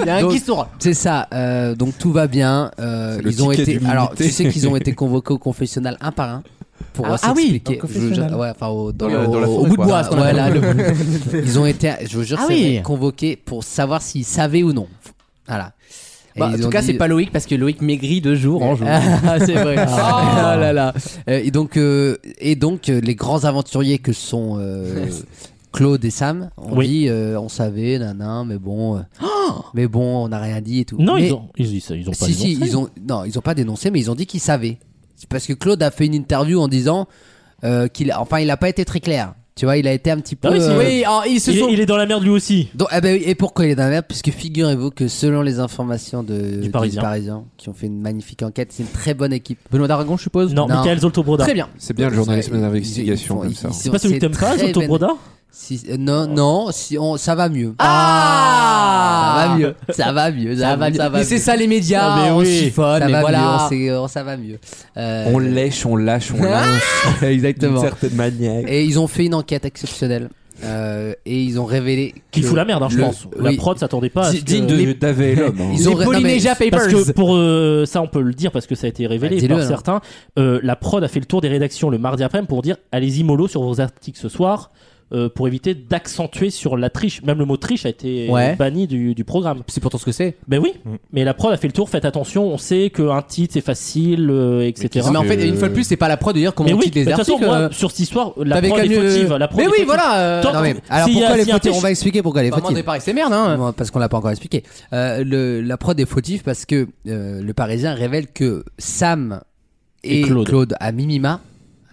Speaker 4: Il y a un
Speaker 2: Donc-
Speaker 4: qui sourd.
Speaker 2: C'est ça. euh, donc tout va bien. euh,
Speaker 3: C'est le
Speaker 2: ils ont
Speaker 3: ticket
Speaker 2: été.
Speaker 3: d'humilité.
Speaker 2: Alors tu sais qu'ils ont été convoqués au confessionnal un par un. Pour
Speaker 4: Ah-
Speaker 2: euh,
Speaker 4: ah oui,
Speaker 2: s'expliquer.
Speaker 6: au
Speaker 2: Je- je-
Speaker 6: confessionnal.
Speaker 2: ouais, enfin, au, dans
Speaker 6: Dans la-
Speaker 2: le-
Speaker 6: dans la
Speaker 2: au-
Speaker 6: forêt,
Speaker 2: au bout de
Speaker 6: quoi.
Speaker 2: bois. ce qu'on
Speaker 4: Ouais,
Speaker 2: appelle.
Speaker 4: là,
Speaker 2: ils ont été, je vous jure,
Speaker 4: Ah
Speaker 2: c'est
Speaker 4: oui.
Speaker 2: vrai, convoqués pour savoir s'ils savaient ou non. Voilà. Et
Speaker 4: Bah, en
Speaker 2: ils
Speaker 4: tout
Speaker 2: ont
Speaker 4: cas,
Speaker 2: dit-
Speaker 4: c'est pas Loïc parce que Loïc maigrit de jour en jour.
Speaker 2: Ah, c'est vrai.
Speaker 4: Ah.
Speaker 2: Ah là là. Euh, et donc, euh, et donc euh, les grands aventuriers que sont euh, Claude et Sam ont
Speaker 5: Oui.
Speaker 2: dit euh, on savait, nanan, mais bon, euh, mais bon, on n'a rien dit et tout.
Speaker 5: Non,
Speaker 2: Mais-
Speaker 5: ils ont. Ils, ils- ils ont pas
Speaker 2: si,
Speaker 5: dénoncé.
Speaker 2: si, ils ont, non, ils ont pas dénoncé, mais ils ont dit qu'ils savaient. C'est parce que Claude a fait une interview en disant euh, qu'il, enfin, il a pas été très clair. Tu vois, il a été un petit peu.
Speaker 5: Ah oui, si,
Speaker 2: euh,
Speaker 4: Oui, oh, ils se
Speaker 5: Il est-
Speaker 4: sont.
Speaker 5: il est dans la merde lui aussi.
Speaker 2: donc, eh ben oui, et pourquoi il est dans la merde Puisque figurez-vous que selon les informations de, du
Speaker 5: Parisien.
Speaker 2: qui ont fait une magnifique enquête, c'est une très bonne équipe.
Speaker 4: Benoît Dargon, je suppose.
Speaker 5: Non,
Speaker 2: Non.
Speaker 5: Michael Zoltobroda.
Speaker 4: Très bien.
Speaker 3: C'est bien le journalisme d'investigation
Speaker 2: Ils- ils-
Speaker 3: comme
Speaker 2: ils-
Speaker 3: ça.
Speaker 2: ils-
Speaker 5: C'est pas celui que t'aimes pas,
Speaker 2: très
Speaker 5: Zoltobroda
Speaker 2: Si- euh, non, non, si on, ça va mieux.
Speaker 4: Ah
Speaker 2: ça va mieux. Ça va mieux.
Speaker 4: Ça va,
Speaker 2: Ça va
Speaker 4: mais
Speaker 2: mieux.
Speaker 4: c'est ça les médias,
Speaker 5: Ah, mais
Speaker 4: on
Speaker 5: oui.
Speaker 4: chiffonne,
Speaker 2: Ça
Speaker 4: mais
Speaker 2: va mieux, on
Speaker 4: voilà.
Speaker 2: s'est- on- ça va mieux. Euh,
Speaker 3: On lèche, on lâche, on lâche.
Speaker 2: Exactement.
Speaker 3: certaine manière.
Speaker 2: Et ils ont fait une enquête exceptionnelle. Euh, et ils ont révélé.
Speaker 5: Qui
Speaker 2: que
Speaker 5: fout la merde, hein, je
Speaker 2: le-
Speaker 5: pense. La
Speaker 2: oui.
Speaker 5: prod s'attendait pas à ce que-
Speaker 3: Digne de Davé et l'homme. hein.
Speaker 2: Ils ont
Speaker 4: les
Speaker 2: ré- non, mais-
Speaker 4: Polynesia
Speaker 5: Parce
Speaker 4: Papers.
Speaker 5: que pour euh, ça, on peut le dire parce que ça a été révélé
Speaker 4: Bah,
Speaker 2: Ah, dis-le,
Speaker 5: par
Speaker 4: hein.
Speaker 2: alors.
Speaker 5: certains. euh, la prod a fait le tour des rédactions le mardi après-midi pour dire allez-y mollo sur vos articles ce soir euh, pour éviter d'accentuer sur la triche. Même le mot triche a été
Speaker 4: Ouais.
Speaker 5: banni du, du programme.
Speaker 4: C'est pourtant ce que c'est.
Speaker 5: Ben oui, mais la prod a fait le tour. Faites attention, on sait qu'un titre c'est facile, euh, etc.
Speaker 3: qu'est-ce
Speaker 4: Mais en
Speaker 3: que-
Speaker 4: fait, une fois de plus, c'est pas la prod de dire comment
Speaker 5: Mais
Speaker 4: on
Speaker 5: oui,
Speaker 4: titre les
Speaker 5: de toute façon,
Speaker 4: articles.
Speaker 5: moi,
Speaker 4: euh,
Speaker 5: sur cette histoire, la
Speaker 4: t'avais
Speaker 5: prod est
Speaker 4: qu'à mieux-
Speaker 5: fautive. La prod
Speaker 4: euh, Mais
Speaker 5: est
Speaker 4: oui,
Speaker 5: fautive.
Speaker 4: voilà. euh,
Speaker 5: Tant-
Speaker 2: Non, mais, alors
Speaker 5: S'il y a-
Speaker 2: pourquoi les
Speaker 5: s'il y a un
Speaker 2: fautifs
Speaker 5: fiche-
Speaker 2: On va expliquer pourquoi les
Speaker 4: Pas
Speaker 2: fautifs.
Speaker 4: mandé par ses merdes, hein.
Speaker 2: Non, parce qu'on l'a pas encore expliqué. Euh, le, la prod est fautive parce que euh, le Parisien révèle que Sam et,
Speaker 5: Et Claude.
Speaker 2: Claude. à minima,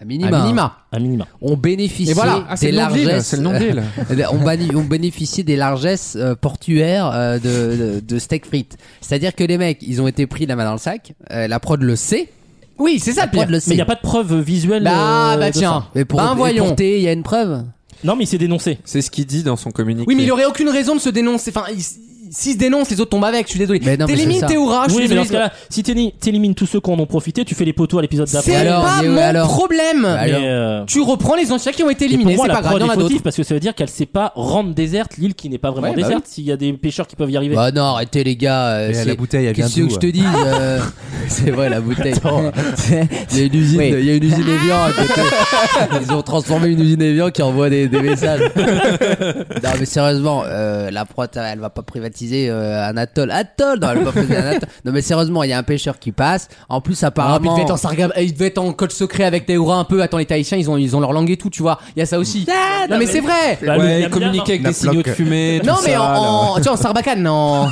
Speaker 2: à minima,
Speaker 4: À minima.
Speaker 5: Un minima.
Speaker 2: hein, ont bénéficié
Speaker 4: Et voilà.
Speaker 3: Ah, c'est
Speaker 2: des
Speaker 3: le nom de l'île,
Speaker 2: largesses.
Speaker 3: c'est le nom de l'île.
Speaker 2: on, bani- on bénéficié des largesses euh, portuaires euh, de, de, de steak frites. C'est-à-dire que les mecs, ils ont été pris la main dans le sac. Euh, la prod le sait.
Speaker 4: Oui, c'est ça le
Speaker 2: La prod
Speaker 4: pire.
Speaker 2: le
Speaker 5: Mais il
Speaker 2: sait.
Speaker 5: n'y a pas de preuve visuelle.
Speaker 4: Bah,
Speaker 5: euh,
Speaker 4: bah
Speaker 5: de
Speaker 4: tiens.
Speaker 2: Mais pour,
Speaker 4: Ben
Speaker 2: et pour
Speaker 4: voyons.
Speaker 2: thé, il y a une preuve.
Speaker 5: ça. Non, mais il s'est dénoncé.
Speaker 3: C'est ce qu'il dit dans son communiqué.
Speaker 4: Oui, mais il aurait aucune raison de se dénoncer. Enfin, il- s'il se dénonce, les autres tombent avec. Je suis désolé.
Speaker 2: Mais non, mais c'est
Speaker 4: T'élimines
Speaker 2: ça.
Speaker 4: Théoura, Ah, je suis
Speaker 5: oui, mais
Speaker 4: désolé.
Speaker 5: dans ce cas-là, si t'éli- t'élimines tous ceux qui en ont profité, tu fais les poteaux à l'épisode
Speaker 4: C'est
Speaker 5: d'après.
Speaker 2: alors,
Speaker 4: pas
Speaker 2: mais
Speaker 4: mon
Speaker 2: alors
Speaker 4: problème.
Speaker 2: Bah,
Speaker 5: Mais,
Speaker 2: alors.
Speaker 5: euh,
Speaker 4: tu reprends les anciens qui ont été
Speaker 5: et pour
Speaker 4: éliminés.
Speaker 5: moi,
Speaker 4: C'est
Speaker 5: la
Speaker 4: pas grave,
Speaker 5: prod
Speaker 4: il y en
Speaker 5: est
Speaker 4: a
Speaker 5: fautive
Speaker 4: d'autres.
Speaker 5: parce que ça veut dire qu'elle sait pas rendre déserte l'île qui n'est pas vraiment
Speaker 4: Ouais, bah oui.
Speaker 5: déserte. S'il y a des pêcheurs qui peuvent y arriver.
Speaker 2: Bah non, arrêtez les gars. euh,
Speaker 6: Et
Speaker 2: c'est-
Speaker 6: la bouteille, elle vient
Speaker 2: Qu'est-ce que
Speaker 6: d'où
Speaker 2: je te dis euh, C'est vrai, la bouteille. Il y a une usine,
Speaker 4: Oui.
Speaker 2: il y a une usine Evian à côté. Ils ont transformé une usine Evian qui envoie des, des messages. non, mais sérieusement, euh, la prod, elle va pas privatiser euh, un atoll. Atoll Non, elle va pas privatiser un atoll. Non, mais sérieusement, il y a un pêcheur qui passe. En plus,
Speaker 4: Ah, puis il
Speaker 2: apparemment.
Speaker 4: devait être en sarga- il devait être en code secret avec Théoura un peu. Attends, les Tahitiens, ils ont, ils ont leur langue et tout, tu vois. Il y a ça aussi.
Speaker 2: Ah,
Speaker 4: non, mais c'est vrai.
Speaker 5: Bah,
Speaker 3: Ouais,
Speaker 5: le
Speaker 3: il
Speaker 5: miam-miam,
Speaker 3: communiquait avec
Speaker 6: La
Speaker 3: des signaux de
Speaker 6: plaque.
Speaker 3: fumée. tout
Speaker 4: Non, mais
Speaker 3: ça,
Speaker 4: en,
Speaker 3: là.
Speaker 4: en- tu vois, en Sarbacane, non.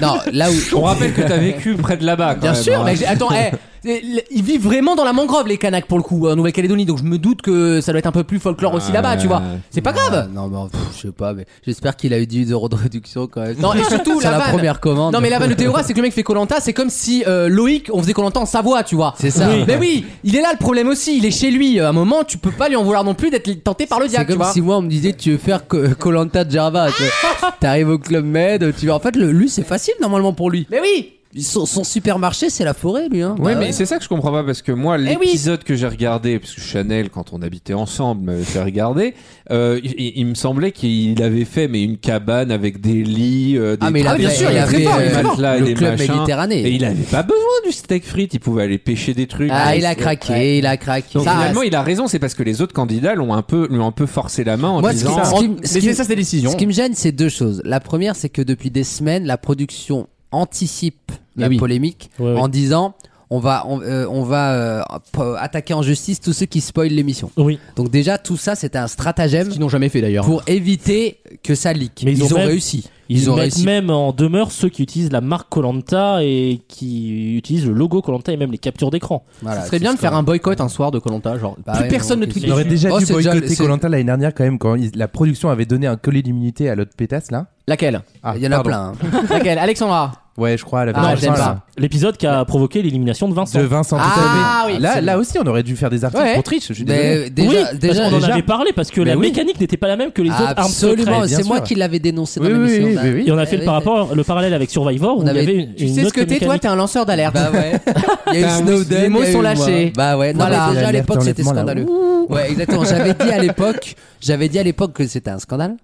Speaker 2: non, là où.
Speaker 3: On rappelle que t'as vécu près de là-bas. quand
Speaker 4: Bien
Speaker 3: même,
Speaker 4: sûr,
Speaker 3: hein.
Speaker 4: mais j'ai- attends, eh, eh, ils vivent vraiment dans la mangrove, les Kanaks, pour le coup, en Nouvelle-Calédonie, donc je me doute que ça doit être un peu plus folklore aussi
Speaker 3: Ouais.
Speaker 4: là-bas, tu vois. C'est pas grave.
Speaker 2: Ah, Non, mais pff, je sais pas, mais j'espère qu'il a eu 10 euros de réduction quand même.
Speaker 4: Non, et surtout,
Speaker 2: Sur
Speaker 4: la
Speaker 2: la
Speaker 4: vanne.
Speaker 2: première commande.
Speaker 4: Non, mais la vanne de Théora, c'est que le mec fait Colanta, c'est comme si euh, Loïc, on faisait Colanta en Savoie, tu vois.
Speaker 2: C'est ça. Oui.
Speaker 4: Mais oui, il est là le problème aussi, il est chez lui. À un moment, tu peux pas lui en vouloir non plus d'être tenté par le
Speaker 2: C'est
Speaker 4: diable, tu
Speaker 2: comme
Speaker 4: vois.
Speaker 2: si moi on me disait tu veux faire euh, Colanta de Java. tu vois. T'arrives au club Med, tu vas. En fait, le, lui c'est facile normalement pour lui.
Speaker 4: Mais oui!
Speaker 2: Son, son supermarché, c'est la forêt, lui. Hein.
Speaker 3: Ouais,
Speaker 2: Bah Eh
Speaker 3: mais c'est ça que je comprends pas parce que moi,
Speaker 4: oui.
Speaker 3: l'épisode que j'ai regardé, parce que Chanel, quand on habitait ensemble, m'avait fait regarder, euh, il, il- il me semblait qu'il avait fait mais une cabane avec des lits, euh, des
Speaker 2: Ah, mais il
Speaker 3: trucs,
Speaker 2: avait,
Speaker 4: bien sûr,
Speaker 2: il
Speaker 4: il est
Speaker 2: avait,
Speaker 4: très fort, il est
Speaker 2: euh,
Speaker 4: très
Speaker 3: matelas,
Speaker 2: le
Speaker 3: des
Speaker 2: club
Speaker 3: machins.
Speaker 2: méditerranéen.
Speaker 3: Et il avait pas besoin du steak frites, il pouvait aller pêcher des trucs.
Speaker 2: Ah,
Speaker 3: Ouais,
Speaker 2: il a
Speaker 3: c'est-
Speaker 2: craqué, il a craqué.
Speaker 3: Donc
Speaker 2: Ça,
Speaker 3: finalement, il a raison, c'est parce que les autres candidats l'ont un peu, lui ont un peu forcé la main en
Speaker 2: Moi, ce qui-
Speaker 3: disant.
Speaker 2: ce qui- ce qui-
Speaker 4: ça, c'est des décisions.
Speaker 2: Ce qui me gêne, c'est deux choses. La première, c'est que depuis des semaines, la production anticipe la
Speaker 4: Ah oui.
Speaker 2: polémique
Speaker 5: Ouais, ouais.
Speaker 2: en disant on va, on, euh, on va euh, p- attaquer en justice tous ceux qui spoilent l'émission.
Speaker 5: Oui.
Speaker 2: Donc déjà, tout ça, c'était un stratagème
Speaker 4: Qu'ils n'ont jamais fait d'ailleurs.
Speaker 2: pour éviter que ça leak.
Speaker 5: Mais ils ont même-
Speaker 2: réussi.
Speaker 5: Ils,
Speaker 2: Ils ont
Speaker 5: mettent
Speaker 2: réussi.
Speaker 5: même en demeure ceux qui utilisent la marque Colanta et qui utilisent le logo Colanta et même les captures d'écran.
Speaker 2: Voilà,
Speaker 4: Ce serait bien de faire un boycott un soir de Colanta, genre
Speaker 2: Bah
Speaker 4: plus
Speaker 2: ouais,
Speaker 4: personne
Speaker 2: non,
Speaker 4: ne
Speaker 2: qu'est-ce
Speaker 4: tweet.
Speaker 6: Il euh aurait déjà
Speaker 2: Oh,
Speaker 6: dû
Speaker 2: c'est déjà-
Speaker 6: boycotter
Speaker 2: c'est-
Speaker 6: Colanta l'année dernière quand même quand il- la production avait donné un collier d'immunité à l'autre pétasse là.
Speaker 4: Laquelle
Speaker 6: Ah,
Speaker 2: Il y en a
Speaker 6: pardon.
Speaker 2: plein. hein.
Speaker 4: Laquelle Alexandra
Speaker 6: Ouais, je crois. Elle avait
Speaker 4: Ah,
Speaker 6: un
Speaker 4: j'aime
Speaker 6: sein,
Speaker 4: pas.
Speaker 6: là.
Speaker 5: L'épisode qui
Speaker 4: Bah,
Speaker 5: a provoqué l'élimination de Vincent.
Speaker 6: De Vincent. tout
Speaker 4: Ah,
Speaker 6: à fait.
Speaker 4: oui,
Speaker 6: Là,
Speaker 4: absolument.
Speaker 6: là aussi, on aurait dû faire des articles
Speaker 4: Ouais.
Speaker 6: pour triche. Je suis désolé.
Speaker 2: Mais euh, déjà,
Speaker 5: oui,
Speaker 2: déjà,
Speaker 5: on en
Speaker 2: déjà-
Speaker 5: avait parlé parce que
Speaker 6: Mais
Speaker 5: la
Speaker 6: oui.
Speaker 5: mécanique n'était pas la même que les autres armes
Speaker 2: absolument.
Speaker 5: secrètes.
Speaker 6: bien
Speaker 2: C'est
Speaker 6: sûr.
Speaker 2: moi qui l'avais dénoncé dans
Speaker 6: Oui, oui,
Speaker 2: l'émission.
Speaker 6: oui,
Speaker 2: bah.
Speaker 6: oui, oui.
Speaker 5: Et on a fait
Speaker 4: Eh
Speaker 5: le,
Speaker 2: Oui,
Speaker 5: par
Speaker 2: oui.
Speaker 5: rapport, le parallèle avec Survivor où
Speaker 2: On avait-
Speaker 5: il y avait une,
Speaker 4: Tu
Speaker 5: une
Speaker 4: sais ce
Speaker 5: autre
Speaker 4: que t'es, toi
Speaker 5: mécanique.
Speaker 4: T'es un lanceur d'alerte.
Speaker 2: Bah ouais. Il y a
Speaker 3: Putain,
Speaker 2: eu
Speaker 3: oui,
Speaker 2: Snowden.
Speaker 4: les mots
Speaker 2: il y a
Speaker 4: sont
Speaker 2: eu
Speaker 4: lâchés.
Speaker 2: moi. Bah ouais. Non,
Speaker 4: Voilà.
Speaker 2: mais déjà à
Speaker 6: Alerte,
Speaker 2: l'époque c'était
Speaker 6: enlèvement, là.
Speaker 2: scandaleux. Ouais, exactement. J'avais dit à l'époque, j'avais dit à l'époque que c'était un scandale.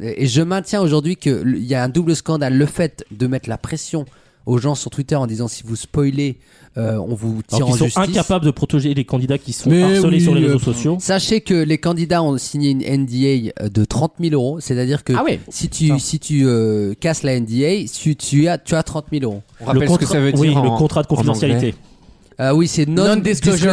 Speaker 2: Et je maintiens aujourd'hui qu'il y a un double scandale. Le fait de mettre la pression aux gens sur Twitter en disant si vous spoilez, euh, on vous tire
Speaker 5: Alors qu'ils
Speaker 2: en
Speaker 5: sont
Speaker 2: justice.
Speaker 5: incapables de protéger les candidats qui sont
Speaker 2: Mais
Speaker 5: harcelés
Speaker 2: oui,
Speaker 5: sur les
Speaker 2: euh,
Speaker 5: réseaux sociaux.
Speaker 2: Sachez que les candidats ont signé une NDA euh, de 30 000 euros, c'est-à-dire que
Speaker 4: Ah ouais.
Speaker 2: si tu, si tu euh, casses la NDA, si tu as, tu as 30 000 euros.
Speaker 3: On rappelle ce que
Speaker 5: contra-
Speaker 3: ça veut dire.
Speaker 5: oui, le
Speaker 3: en-
Speaker 5: contrat de
Speaker 3: en anglais.
Speaker 5: confidentialité.
Speaker 2: Euh, oui, c'est non-disclosure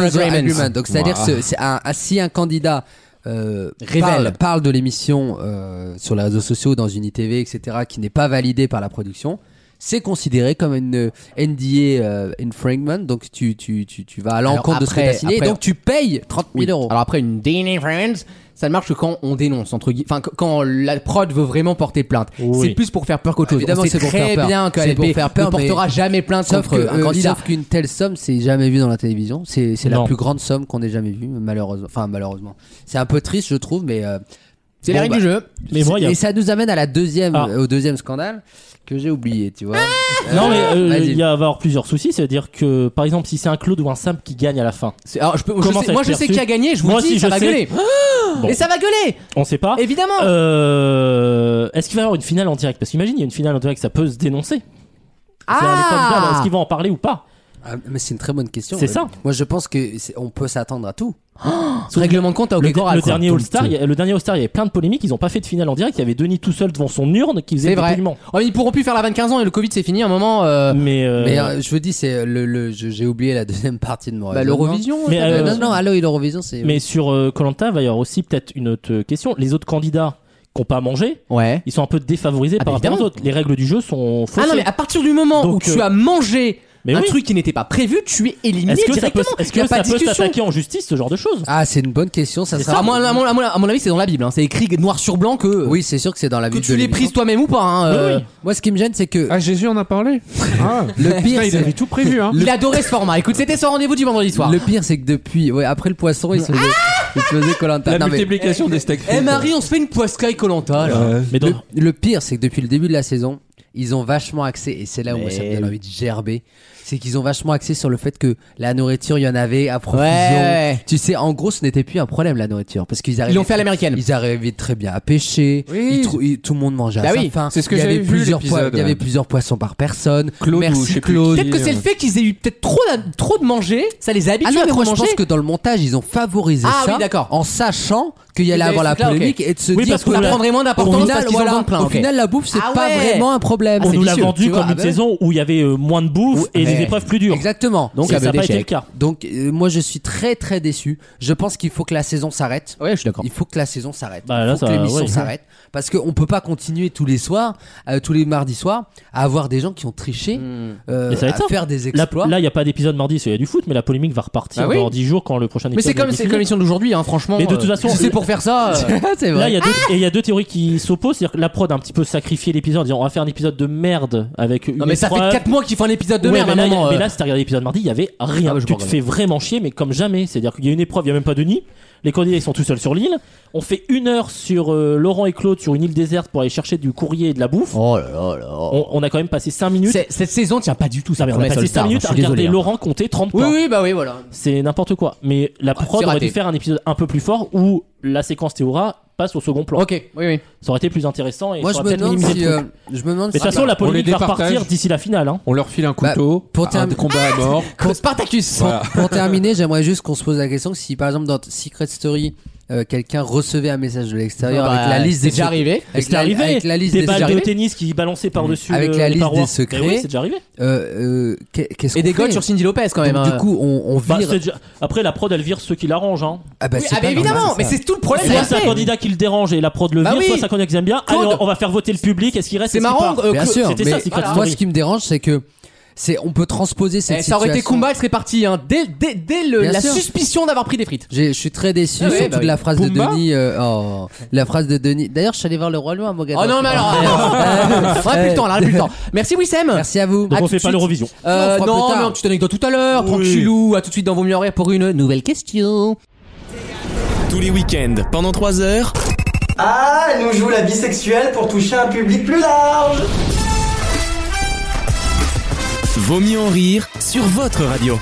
Speaker 4: Non-disclosure agreement.
Speaker 2: agreement. Donc, c'est-à-dire
Speaker 3: Ouah.
Speaker 2: que c'est un, un- si un candidat euh,
Speaker 4: Révèle.
Speaker 2: parle, parle de l'émission euh, sur les réseaux sociaux, dans une ITV, etc., qui n'est pas validé par la production, c'est considéré comme une euh, NDA euh, infringement. Donc, tu, tu, tu, tu vas à l'encontre de ce que
Speaker 4: après-
Speaker 2: t'as signé.
Speaker 4: après-
Speaker 2: donc, tu payes 30 000 euros.
Speaker 4: Alors après une Dini Friends, ça ne marche que quand on dénonce entre guillemets, enfin qu- quand la prod veut vraiment porter plainte.
Speaker 5: Oui.
Speaker 4: C'est plus pour faire peur qu'autre chose.
Speaker 2: Évidemment,
Speaker 4: on sait
Speaker 2: c'est pour
Speaker 4: très
Speaker 2: faire peur.
Speaker 4: bien que
Speaker 2: C'est
Speaker 4: LP
Speaker 2: pour faire peur,
Speaker 4: ne portera jamais plainte
Speaker 2: Sauf
Speaker 4: contre
Speaker 2: que,
Speaker 4: un
Speaker 2: euh,
Speaker 4: candidat.
Speaker 2: sauf qu'une telle somme, c'est jamais vu dans la télévision. C'est c'est la
Speaker 5: Non.
Speaker 2: plus grande somme qu'on ait jamais vue, malheureusement. Enfin, malheureusement. C'est un peu triste, je trouve, mais euh,
Speaker 4: C'est
Speaker 2: bon,
Speaker 4: la règle
Speaker 2: bah,
Speaker 4: du jeu.
Speaker 5: Mais moi, il y a-
Speaker 2: Et ça nous amène à la deuxième,
Speaker 5: Ah.
Speaker 2: au deuxième scandale que j'ai oublié, tu vois.
Speaker 5: Non, mais euh,
Speaker 2: vas-y.
Speaker 5: il y a- va y avoir plusieurs soucis. C'est-à-dire que, par exemple, si c'est un Claude ou un Sam qui gagne à la fin,
Speaker 4: C'est- alors, je peux- je
Speaker 5: Comment
Speaker 4: sais-
Speaker 5: ça
Speaker 4: moi
Speaker 5: a
Speaker 4: je
Speaker 5: été
Speaker 4: sais
Speaker 5: perçu
Speaker 4: qui a gagné, je vous
Speaker 5: Moi
Speaker 4: le dis,
Speaker 5: aussi,
Speaker 4: ça
Speaker 5: je
Speaker 4: va
Speaker 5: sais.
Speaker 4: gueuler.
Speaker 5: Bon.
Speaker 4: Et ça va gueuler,
Speaker 5: on sait pas.
Speaker 4: évidemment.
Speaker 5: Euh, Est-ce qu'il va y avoir une finale en direct Parce qu'imagine, il y a une finale en direct, ça peut se dénoncer. C'est-à-dire, les candidats, alors, Est-ce
Speaker 4: ah,
Speaker 5: qu'ils vont en parler ou pas
Speaker 2: Ah, mais c'est une très bonne question.
Speaker 5: C'est
Speaker 2: Euh,
Speaker 5: ça.
Speaker 2: Moi, je pense que c'est- on peut s'attendre à tout.
Speaker 4: règlement de compte à
Speaker 5: le,
Speaker 4: Okegora,
Speaker 5: le
Speaker 4: quoi.
Speaker 5: dernier
Speaker 4: Donc,
Speaker 5: All-Star, il y a- le dernier All-Star, il y avait plein de polémiques. Ils n'ont pas fait de finale en direct. Il y avait Denis tout seul devant son urne qui faisait
Speaker 4: C'est
Speaker 5: des
Speaker 4: vrai.
Speaker 5: compliments.
Speaker 4: Oh, mais ils pourront plus faire la 25 ans et le Covid c'est fini à un moment. euh,
Speaker 5: Mais, euh,
Speaker 2: Mais euh, je vous dis, c'est le, le- je- j'ai oublié la deuxième partie de mon.
Speaker 4: bah,
Speaker 2: raisonnement.
Speaker 4: l'Eurovision.
Speaker 5: Mais,
Speaker 4: ça
Speaker 5: euh,
Speaker 4: va-
Speaker 2: Non, non, allô, et l'Eurovision, c'est.
Speaker 5: mais sur euh, Colanta, il va y avoir aussi peut-être une autre question. Les autres candidats qui n'ont pas mangé,
Speaker 4: Ouais.
Speaker 5: ils sont un peu défavorisés
Speaker 4: Ah,
Speaker 5: par
Speaker 4: bah,
Speaker 5: rapport aux
Speaker 4: évidemment.
Speaker 5: autres. Les règles du jeu sont
Speaker 4: Ah
Speaker 5: fausses.
Speaker 4: non mais à partir du moment
Speaker 5: Donc,
Speaker 4: où tu
Speaker 5: euh,
Speaker 4: as mangé
Speaker 5: mais
Speaker 4: un
Speaker 5: oui.
Speaker 4: truc qui n'était pas prévu, tu es éliminé
Speaker 5: Est-ce que ça peut,
Speaker 4: directement.
Speaker 5: est-ce
Speaker 4: Il y
Speaker 5: que
Speaker 4: a pas
Speaker 5: ça
Speaker 4: de
Speaker 5: peut
Speaker 4: discussion.
Speaker 5: s'attaquer en justice, ce genre de choses
Speaker 2: Ah, c'est une bonne question. Ça
Speaker 4: Ah,
Speaker 2: sera.
Speaker 4: moi, à, mon, à mon- à mon avis, c'est dans la Bible. hein. C'est écrit noir sur blanc que,
Speaker 2: Oui, c'est sûr que c'est dans la
Speaker 4: que
Speaker 2: vie
Speaker 4: tu l'aies prise toi-même ou pas. hein, euh.
Speaker 5: Oui,
Speaker 2: Moi, ce qui me gêne, c'est que
Speaker 3: Ah, Jésus en a parlé. Ah,
Speaker 2: le pire,
Speaker 3: putain, il
Speaker 2: c'est-
Speaker 3: avait tout prévu, hein.
Speaker 4: Il adorait ce format. Écoute, c'était son rendez-vous du vendredi soir. Ah
Speaker 2: Le pire, c'est que depuis, ouais, après le poisson, il se faisait, il se faisait Koh-Lanta.
Speaker 3: La
Speaker 2: Ah, Non, mais
Speaker 3: multiplication des steaks
Speaker 4: Eh
Speaker 3: frites.
Speaker 4: Marie, on se fait une poiscaille colanta là.
Speaker 3: Euh,
Speaker 5: Mais donc,
Speaker 2: le, le pire, c'est que depuis le début de la saison, ils ont vachement axé, et c'est là où moi, ça me donne
Speaker 4: Mais-
Speaker 2: envie de gerber, c'est qu'ils ont vachement axé sur le fait que la nourriture, il y en avait à profusion.
Speaker 4: Ouais.
Speaker 2: Tu sais, en gros, ce n'était plus un problème, la nourriture, parce qu'ils arrivaient.
Speaker 4: Ils l'ont fait à l'américaine.
Speaker 2: Ils arrivaient très bien à pêcher.
Speaker 3: Oui.
Speaker 2: Ils trou- ils- tout le monde mangeait à
Speaker 4: Bah
Speaker 2: sa
Speaker 4: oui,
Speaker 2: faim.
Speaker 3: c'est ce que
Speaker 2: Il y
Speaker 3: j'avais
Speaker 2: avait
Speaker 3: vu,
Speaker 2: plusieurs
Speaker 3: l'épisode,
Speaker 2: poissons- Il y avait
Speaker 3: ouais.
Speaker 2: plusieurs poissons par personne.
Speaker 3: Claude ou
Speaker 2: Merci
Speaker 3: je sais plus euh.
Speaker 2: Claude.
Speaker 4: Peut-être que c'est le fait qu'ils aient eu peut-être trop, d'in- trop de manger. Ça les a habitués
Speaker 2: Ah non,
Speaker 4: à
Speaker 2: mais
Speaker 4: trop
Speaker 2: moi je
Speaker 4: manger.
Speaker 2: pense que dans le montage ils ont favorisé
Speaker 4: Ah
Speaker 2: ça
Speaker 4: oui, d'accord.
Speaker 2: en sachant qu'il y
Speaker 4: Il y
Speaker 2: allait
Speaker 4: avait
Speaker 2: avoir
Speaker 4: ce
Speaker 2: la
Speaker 4: truc-là, ok.
Speaker 2: polémique et de se
Speaker 5: Oui,
Speaker 2: dire
Speaker 5: parce
Speaker 2: que
Speaker 5: qu'on
Speaker 4: Ça
Speaker 5: l'a-
Speaker 2: la-
Speaker 4: prend vraiment
Speaker 2: au
Speaker 4: d'importance
Speaker 2: final,
Speaker 4: parce qu'ils
Speaker 2: voilà,
Speaker 4: en vendent plein.
Speaker 2: au
Speaker 4: ok.
Speaker 2: final, la bouffe c'est
Speaker 4: Ah
Speaker 2: pas
Speaker 4: ouais.
Speaker 2: vraiment un problème.
Speaker 5: on nous l'a
Speaker 4: vicieux,
Speaker 5: vendu
Speaker 4: tu vois,
Speaker 5: comme
Speaker 4: ah
Speaker 5: une
Speaker 4: bah.
Speaker 5: saison où il y avait euh, moins de bouffe
Speaker 2: Ouais.
Speaker 5: et des
Speaker 2: Ouais.
Speaker 5: épreuves plus dures.
Speaker 2: Exactement.
Speaker 5: Donc
Speaker 2: Donc,
Speaker 5: ça
Speaker 4: avec
Speaker 5: n'a
Speaker 4: des
Speaker 5: pas été le
Speaker 4: chèques.
Speaker 5: cas.
Speaker 2: donc euh, moi je suis très très déçu. Je pense qu'il faut que la saison s'arrête.
Speaker 4: Ouais, je suis d'accord.
Speaker 2: Il faut que la saison s'arrête.
Speaker 5: Bah,
Speaker 2: Il
Speaker 5: là,
Speaker 2: faut que
Speaker 5: ça-
Speaker 2: l'émission
Speaker 5: ouais.
Speaker 2: s'arrête parce qu'on peut pas continuer tous les soirs, euh, tous les mardis soirs, à avoir des gens qui ont triché,
Speaker 4: Mm.
Speaker 2: euh,
Speaker 5: Mais ça va
Speaker 2: à
Speaker 5: être ça.
Speaker 2: faire des
Speaker 5: Là,
Speaker 2: exploits.
Speaker 5: là, il n'y a pas d'épisode mardi, parce qu'il y a du foot, mais la polémique va repartir
Speaker 4: Ah oui.
Speaker 5: dans 10 jours quand le prochain
Speaker 4: Mais c'est
Speaker 5: épisode.
Speaker 4: comme
Speaker 5: est
Speaker 4: c'est comme
Speaker 5: diffusé.
Speaker 4: l'émission d'aujourd'hui, hein, franchement.
Speaker 5: Mais de
Speaker 4: euh,
Speaker 5: toute façon,
Speaker 4: si c'est
Speaker 5: le-
Speaker 4: pour faire ça. euh,
Speaker 2: c'est
Speaker 5: Là, il
Speaker 2: vrai.
Speaker 5: y a deux, et il y a deux théories qui s'opposent. C'est-à-dire que la prod a un petit peu sacrifié l'épisode, en disant on va faire un épisode de merde avec une
Speaker 4: Non mais ça fait
Speaker 5: épreuve.
Speaker 4: 4 mois qu'ils font un épisode de
Speaker 5: Ouais,
Speaker 4: merde.
Speaker 5: mais
Speaker 4: à un
Speaker 5: là,
Speaker 4: clairement.
Speaker 5: mais
Speaker 4: euh,
Speaker 5: là, si t'as regardé l'épisode mardi, il y avait rien.
Speaker 4: Ah bah, je
Speaker 5: tu
Speaker 4: me
Speaker 5: te
Speaker 4: regarde.
Speaker 5: fais vraiment chier, mais comme jamais. C'est-à-dire qu'il y a une épreuve, il y a même pas de nid. Les candidats ils sont tout seuls sur l'île. On fait une heure sur euh, Laurent et Claude sur une île déserte pour aller chercher du courrier et de la bouffe.
Speaker 2: Oh là là là.
Speaker 5: On, on a quand même passé 5 minutes.
Speaker 4: c'est- cette saison tient pas du tout
Speaker 5: Non,
Speaker 4: ça.
Speaker 5: mais on a
Speaker 2: Promesse
Speaker 5: passé 5
Speaker 2: All-Star,
Speaker 5: minutes
Speaker 2: hein,
Speaker 5: à
Speaker 2: je suis
Speaker 5: regarder
Speaker 2: désolé, hein.
Speaker 5: Laurent compter 30
Speaker 4: Oui,
Speaker 5: points.
Speaker 4: oui, bah oui, voilà.
Speaker 5: C'est n'importe quoi. Mais la prod
Speaker 2: c'est
Speaker 5: aurait
Speaker 2: raté.
Speaker 5: dû faire un épisode un peu plus fort où la séquence Théora passe au second plan.
Speaker 4: Ok, oui, oui.
Speaker 5: Ça aurait été plus intéressant et
Speaker 2: Moi,
Speaker 5: ça
Speaker 2: je
Speaker 5: aurait
Speaker 2: me
Speaker 5: peut-être
Speaker 2: demande
Speaker 5: minimisé
Speaker 2: si.
Speaker 5: le
Speaker 2: euh,
Speaker 5: truc.
Speaker 2: Je me demande
Speaker 5: Mais de
Speaker 2: si.
Speaker 5: toute façon, la polémique
Speaker 3: les
Speaker 5: va
Speaker 3: départage.
Speaker 5: repartir d'ici la finale. hein.
Speaker 3: On leur file un
Speaker 2: Bah,
Speaker 3: couteau,
Speaker 2: pour
Speaker 3: un
Speaker 2: term-
Speaker 3: combat à mort.
Speaker 4: Pour Spartacus.
Speaker 3: Voilà.
Speaker 2: Pour terminer, j'aimerais juste qu'on se pose la question si par exemple dans Secret Story, euh, quelqu'un recevait un message de l'extérieur
Speaker 4: Bah,
Speaker 2: avec la liste
Speaker 4: c'est
Speaker 2: des
Speaker 4: déjà arrivé.
Speaker 2: avec
Speaker 5: C'est
Speaker 2: la,
Speaker 5: arrivé.
Speaker 2: avec la liste
Speaker 5: des
Speaker 2: des
Speaker 5: balles de
Speaker 2: secrets,
Speaker 5: tennis qui balançaient par-dessus
Speaker 2: Avec
Speaker 5: le-
Speaker 2: la
Speaker 5: les
Speaker 2: liste des
Speaker 5: parois.
Speaker 2: secrets.
Speaker 5: Mais oui, c'est déjà arrivé.
Speaker 2: euh, euh, qu'est- qu'est-ce
Speaker 4: Et
Speaker 2: qu'on
Speaker 4: des
Speaker 2: fait
Speaker 4: goals sur Cindy Lopez quand
Speaker 2: Donc,
Speaker 4: même. hein.
Speaker 2: Du coup, on, on vire.
Speaker 5: Bah, c'est déjà- Après, la prod, elle vire ceux qui l'arrangent. Hein.
Speaker 2: ah bah,
Speaker 4: Oui,
Speaker 2: c'est
Speaker 4: ah, mais
Speaker 2: pas normal,
Speaker 4: évidemment,
Speaker 2: ça.
Speaker 4: mais c'est tout le problème. de
Speaker 5: Soit
Speaker 4: la
Speaker 5: c'est un
Speaker 4: série.
Speaker 5: candidat qui le dérange et la prod le
Speaker 4: Bah
Speaker 5: vire,
Speaker 4: oui.
Speaker 5: soit c'est un candidat qu'ils aiment bien.
Speaker 4: Claude.
Speaker 5: Allez, on va faire voter le public. Est-ce qu'il reste
Speaker 4: C'est
Speaker 5: est-ce qu'il
Speaker 4: marrant.
Speaker 5: part
Speaker 4: euh,
Speaker 2: Bien
Speaker 4: que-
Speaker 2: sûr,
Speaker 5: c'était
Speaker 2: mais
Speaker 5: ça, Secret
Speaker 2: voilà. moi
Speaker 5: Story.
Speaker 2: ce qui me dérange c'est que c'est on peut transposer cette
Speaker 4: Eh, ça aurait été
Speaker 2: situation.
Speaker 4: combat, elle serait partie hein, dès, dès, dès le-
Speaker 2: Bien
Speaker 4: la
Speaker 2: sûr.
Speaker 4: suspicion d'avoir pris des frites.
Speaker 2: J'ai- Je suis très déçu
Speaker 4: Ah ouais,
Speaker 2: surtout
Speaker 4: bah
Speaker 2: de la phrase
Speaker 3: Pumba
Speaker 2: de Denis. euh, oh, la phrase de Denis. D'ailleurs, je suis allé voir le roi lion à Mogador.
Speaker 4: Oh non, mais alors, alors, on a plus le temps, là, on a plus le temps. Merci Wissem.
Speaker 2: Merci à vous.
Speaker 5: Donc
Speaker 4: Ah,
Speaker 5: on
Speaker 4: tout
Speaker 5: fait
Speaker 4: de
Speaker 5: pas
Speaker 4: suite.
Speaker 5: l'Eurovision.
Speaker 4: Euh,
Speaker 2: On fera
Speaker 4: non,
Speaker 2: plus tard.
Speaker 4: mais une petite anecdote tout à l'heure, tranquillou, à tout de suite dans Vos mieux en rire pour une nouvelle question.
Speaker 1: Tous les week-ends, pendant 3 heures,
Speaker 7: Ah, elle nous joue la bisexuelle pour toucher un public plus large
Speaker 1: Vaut mieux en rire sur votre radio.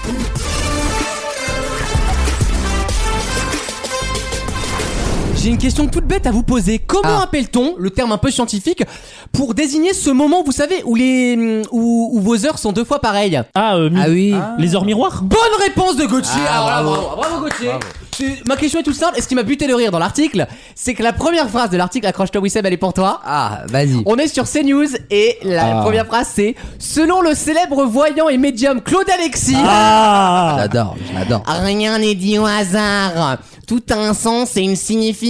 Speaker 4: J'ai une question toute bête à vous poser. Comment
Speaker 2: Ah.
Speaker 4: appelle-t-on, le terme un peu scientifique, pour désigner ce moment, vous savez, où les où, où vos heures sont deux fois pareilles
Speaker 5: Ah, euh, mi-
Speaker 2: Ah oui.
Speaker 5: les heures miroirs
Speaker 4: Bonne réponse de Gauthier.
Speaker 2: Ah,
Speaker 4: Alors là,
Speaker 2: bravo.
Speaker 4: bravo, bravo, Gauthier. C'est- Ma question est toute simple. Et ce qui m'a buté le rire dans l'article, c'est que la première phrase de l'article, accroche-toi Wissem, elle est pour toi.
Speaker 2: Ah, vas-y.
Speaker 4: On est sur CNews et la
Speaker 3: Ah.
Speaker 4: première phrase c'est Selon le célèbre voyant et médium Claude Alexis,
Speaker 5: Ah
Speaker 2: J'adore, j'adore.
Speaker 4: rien n'est dit au hasard. Tout a un sens et une signification.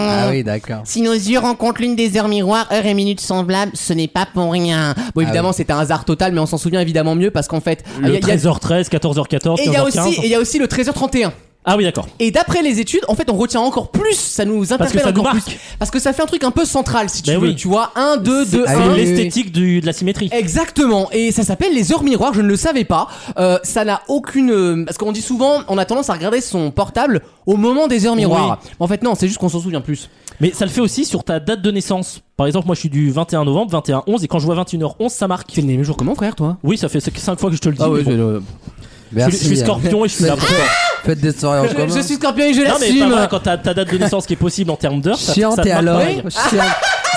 Speaker 2: Ah oui, d'accord.
Speaker 4: Si nos yeux rencontrent l'une des heures miroirs, heures et minutes semblables, ce n'est pas pour rien. Bon, évidemment, c'était un hasard total, mais on s'en souvient évidemment mieux parce qu'en fait, il Ah, y
Speaker 5: Ah Le
Speaker 4: a- il y a-
Speaker 5: 13h13, 14h14,
Speaker 4: et il y a aussi,
Speaker 5: 15h15.
Speaker 4: et il y a aussi le 13h31.
Speaker 5: Ah oui, d'accord.
Speaker 4: Et d'après les études, en fait, on retient encore plus, ça nous interpelle
Speaker 5: que ça nous
Speaker 4: encore
Speaker 5: marque.
Speaker 4: plus. Parce que ça fait un truc un peu central, si tu
Speaker 5: Ben
Speaker 4: veux.
Speaker 5: oui.
Speaker 4: Tu vois, 1, 2, 2,
Speaker 5: C'est
Speaker 4: 1.
Speaker 2: oui, oui.
Speaker 5: l'esthétique du- de la symétrie.
Speaker 4: Exactement, et ça s'appelle les heures miroirs, je ne le savais pas. Euh, ça n'a aucune... euh, Parce qu'on dit souvent, on a tendance à regarder son portable au moment des heures miroirs. En fait, non, c'est juste qu'on s'en souvient plus.
Speaker 5: Mais ça le fait aussi sur ta date de naissance. Par exemple, moi je suis du 21 novembre, 21-11, et quand je vois 21h11, ça marque.
Speaker 4: Tu es né le même jour comment, frère, toi
Speaker 5: Oui, ça fait 5 fois que je te Ah le dis. mais bon. je,
Speaker 2: Ah Merci.
Speaker 5: suis- je suis scorpion et je suis là pour toi.
Speaker 2: Faites des soirées en
Speaker 4: je,
Speaker 2: commun.
Speaker 4: je suis scorpion et je
Speaker 5: Non, mais pas
Speaker 4: l'assume
Speaker 5: vrai, quand t'as ta date de naissance qui est possible en termes d'heures, ça,
Speaker 2: Chiante
Speaker 5: ça te Ah.
Speaker 2: et
Speaker 5: marque
Speaker 2: alors.
Speaker 5: pareil.
Speaker 2: Chiante.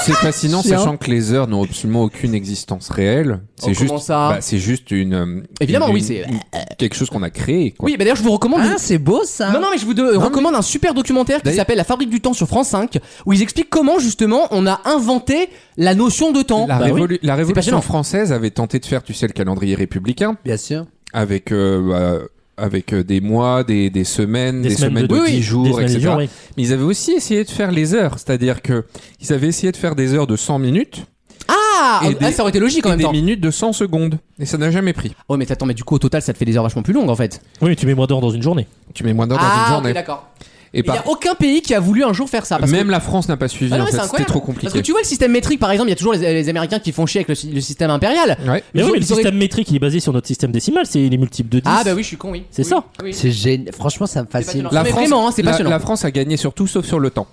Speaker 3: C'est fascinant,
Speaker 2: Chiant.
Speaker 3: sachant que les heures n'ont absolument aucune existence réelle. C'est
Speaker 4: Oh,
Speaker 3: juste,
Speaker 4: comment ça
Speaker 3: bah, c'est juste une. euh,
Speaker 4: Évidemment,
Speaker 3: une-
Speaker 4: oui, c'est-
Speaker 3: une- quelque chose qu'on a créé. Quoi.
Speaker 4: Oui, bah d'ailleurs, je vous recommande...
Speaker 2: Ah, c'est beau ça.
Speaker 4: Non, non, mais je vous de- recommande un super documentaire qui
Speaker 3: D'ailleurs-
Speaker 4: s'appelle La fabrique du temps sur France 5, où ils expliquent comment, justement, on a inventé la notion de temps.
Speaker 3: La,
Speaker 5: Bah oui.
Speaker 3: révolu- la
Speaker 4: passionnant.
Speaker 3: révolution française avait tenté de faire, tu sais, le calendrier républicain
Speaker 2: Bien sûr.
Speaker 3: avec. euh, bah, avec euh, des mois, des, des semaines, des, semaines, de, 10
Speaker 5: oui, des
Speaker 3: jours,
Speaker 5: semaines de
Speaker 3: etc.
Speaker 5: jours, oui.
Speaker 3: Mais ils avaient aussi essayé de faire les heures, c'est-à-dire que ils avaient essayé de faire des heures de 100 minutes
Speaker 4: Ah,
Speaker 3: Et
Speaker 4: ah,
Speaker 3: des-
Speaker 4: ça aurait été logique en
Speaker 3: et
Speaker 4: même
Speaker 3: des
Speaker 4: temps.
Speaker 3: minutes de 100 secondes, et ça n'a jamais pris.
Speaker 4: Oh, mais attends, mais du coup, au total, ça te fait des heures vachement plus longues, en fait.
Speaker 5: Oui, mais tu mets moi dehors dans une journée.
Speaker 3: Tu mets moins d'heures dans une
Speaker 4: ah, ok,
Speaker 3: journée.
Speaker 4: d'accord.
Speaker 3: et
Speaker 4: Il n'y
Speaker 3: par-
Speaker 4: a aucun pays qui a voulu un jour faire ça. Parce
Speaker 3: même
Speaker 4: que...
Speaker 3: la France n'a pas suivi.
Speaker 4: Ah non,
Speaker 3: en
Speaker 4: mais
Speaker 3: fait,
Speaker 4: c'est
Speaker 3: c'était
Speaker 4: incroyable.
Speaker 3: trop compliqué.
Speaker 4: Parce que tu vois le système métrique, par exemple, il y a toujours les, les Américains qui font chier avec le, le système impérial.
Speaker 3: Ouais.
Speaker 5: Mais
Speaker 4: Ils
Speaker 5: oui,
Speaker 4: ont-
Speaker 5: mais le
Speaker 4: ils auraient-
Speaker 5: système métrique, il est basé sur notre système décimal, c'est les multiples de 10.
Speaker 4: Ah bah oui, je suis con, oui.
Speaker 5: C'est
Speaker 4: Oui,
Speaker 5: ça.
Speaker 4: oui.
Speaker 2: C'est génial. Franchement, ça me
Speaker 4: C'est
Speaker 2: fascine.
Speaker 4: passionnant. Mais vraiment, hein, c'est
Speaker 3: la,
Speaker 4: passionnant.
Speaker 3: la France a gagné sur tout sauf sur le temps.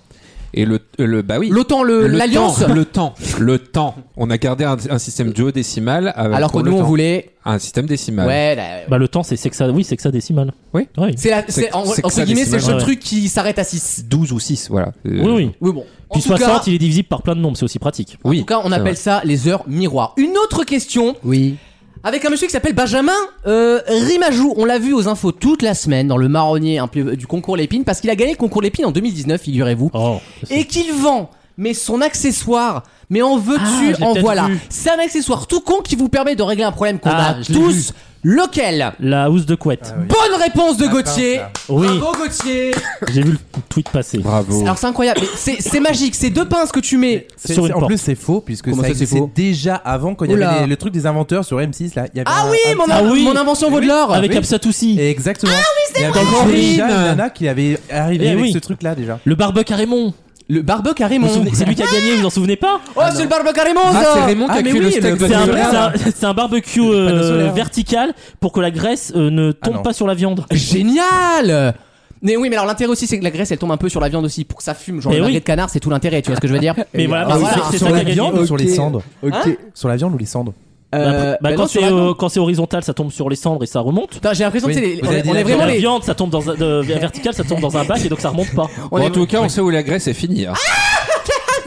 Speaker 3: Et le, euh, le bah oui.
Speaker 4: L'OTAN, le- euh,
Speaker 3: Le
Speaker 4: l'alliance.
Speaker 3: temps, le temps, le temps. On a gardé un, un système duodécimal. avec-
Speaker 4: Alors que
Speaker 3: euh, pour
Speaker 4: nous,
Speaker 3: le
Speaker 4: on
Speaker 3: temps.
Speaker 4: voulait.
Speaker 3: un système décimal.
Speaker 4: Ouais, là,
Speaker 5: Bah le temps, c'est sexa... oui, sexadécimal.
Speaker 3: Oui.
Speaker 5: oui.
Speaker 4: C'est la. C'est,
Speaker 3: C'est-
Speaker 4: en-
Speaker 3: c'est que
Speaker 4: entre
Speaker 3: ça,
Speaker 4: guillemets,
Speaker 3: les
Speaker 4: c'est le seul
Speaker 5: images.
Speaker 4: truc qui s'arrête à 6.
Speaker 3: 12 ou 6, voilà. Euh,
Speaker 5: Oui, oui.
Speaker 4: Oui, bon. En
Speaker 5: Puis
Speaker 4: tout
Speaker 5: 60,
Speaker 4: cas,
Speaker 5: il est divisible par plein de nombres, c'est aussi pratique.
Speaker 4: en tout cas, on
Speaker 3: c'est
Speaker 4: appelle ça les heures miroirs. Une autre question
Speaker 2: Oui.
Speaker 4: avec un monsieur qui s'appelle Benjamin euh, Rimajou. On l'a vu aux infos toute la semaine dans le marronnier un peu, du concours Lépine parce qu'il a gagné le concours Lépine en 2019, figurez-vous.
Speaker 5: Oh.
Speaker 4: et qu'il vend mais son accessoire mais en veux-tu
Speaker 5: Ah, j'ai
Speaker 4: en
Speaker 5: peut-être
Speaker 4: voilà
Speaker 5: vu.
Speaker 4: c'est un accessoire tout con qui vous permet de régler un problème qu'on
Speaker 5: Ah,
Speaker 4: a
Speaker 5: je l'ai
Speaker 4: tous lequel
Speaker 5: La housse de couette.
Speaker 4: bonne réponse de Gauthier
Speaker 5: Oui,
Speaker 4: Ah,
Speaker 5: Oh.
Speaker 4: bravo Gauthier
Speaker 5: j'ai vu le tweet passer.
Speaker 3: Bravo.
Speaker 4: alors c'est incroyable mais c'est c'est magique c'est deux pinces que tu mets
Speaker 6: C'est-
Speaker 5: Sur
Speaker 6: c'est-
Speaker 5: une
Speaker 6: en
Speaker 5: porte.
Speaker 6: plus, c'est faux puisque
Speaker 4: Comment ça,
Speaker 6: ça
Speaker 4: c'est
Speaker 6: existait
Speaker 4: faux
Speaker 6: déjà avant quand il y
Speaker 2: Oula.
Speaker 6: avait les- le truc des inventeurs sur M6 là. Il y avait
Speaker 4: ah
Speaker 6: un-
Speaker 4: oui
Speaker 6: un-
Speaker 4: mon,
Speaker 5: Ah oui.
Speaker 4: mon invention vaut de l'or
Speaker 5: Avec
Speaker 6: oui.
Speaker 5: Absatoussi.
Speaker 6: Et Exactement. Ah oui,
Speaker 5: vrai.
Speaker 6: c'est Il y avait déjà
Speaker 5: Corinne.
Speaker 6: une nana qui avait arrivé
Speaker 5: Eh
Speaker 6: avec
Speaker 5: oui.
Speaker 6: ce truc là déjà.
Speaker 5: Le barbecue à Raymond.
Speaker 4: Le barbecue à
Speaker 5: Vous
Speaker 4: Raymond.
Speaker 5: vous souvenez- C'est lui qui a gagné, vous vous en souvenez pas
Speaker 4: Oh, c'est le barbecue à Raymond
Speaker 3: Ah,
Speaker 4: ça
Speaker 3: c'est Raymond qui a
Speaker 4: mais
Speaker 3: fait le
Speaker 4: oui,
Speaker 3: steak
Speaker 4: le-
Speaker 5: C'est un,
Speaker 4: solaire.
Speaker 5: c'est un- c'est un barbecue euh, vertical pour que la graisse euh, ne
Speaker 4: Ah
Speaker 5: tombe
Speaker 6: non.
Speaker 5: pas sur la viande.
Speaker 4: Génial mais oui, mais alors l'intérêt aussi, c'est que la graisse, elle tombe un peu sur la viande aussi, pour que ça fume. Genre
Speaker 5: Mais
Speaker 4: le
Speaker 5: oui.
Speaker 4: magret de canard, c'est tout l'intérêt, tu vois ce que je veux dire
Speaker 5: Mais voilà,
Speaker 4: Ah
Speaker 5: bah,
Speaker 4: oui,
Speaker 5: c'est-
Speaker 4: alors,
Speaker 5: c'est
Speaker 6: Sur
Speaker 5: ça
Speaker 6: la
Speaker 5: qui a
Speaker 6: viande
Speaker 5: gagné.
Speaker 6: ou sur les cendres
Speaker 4: Hein
Speaker 6: Sur la viande ou les cendres
Speaker 5: Bah,
Speaker 4: Euh,
Speaker 5: bah,
Speaker 4: bah,
Speaker 5: quand
Speaker 4: non, sur
Speaker 5: c'est
Speaker 4: la viande.
Speaker 5: euh, quand c'est horizontal, ça tombe sur les cendres et ça remonte.
Speaker 4: Putain, j'ai l'impression que c'est les-
Speaker 6: Vous avez dit
Speaker 4: on, on est
Speaker 6: la
Speaker 4: vraiment
Speaker 5: la
Speaker 4: les.
Speaker 5: viande, ça tombe dans un de- vertical, ça tombe dans un bac et donc ça remonte pas.
Speaker 4: on
Speaker 3: Bon,
Speaker 4: est-
Speaker 3: en tout cas, on sait où la graisse est finie. hein.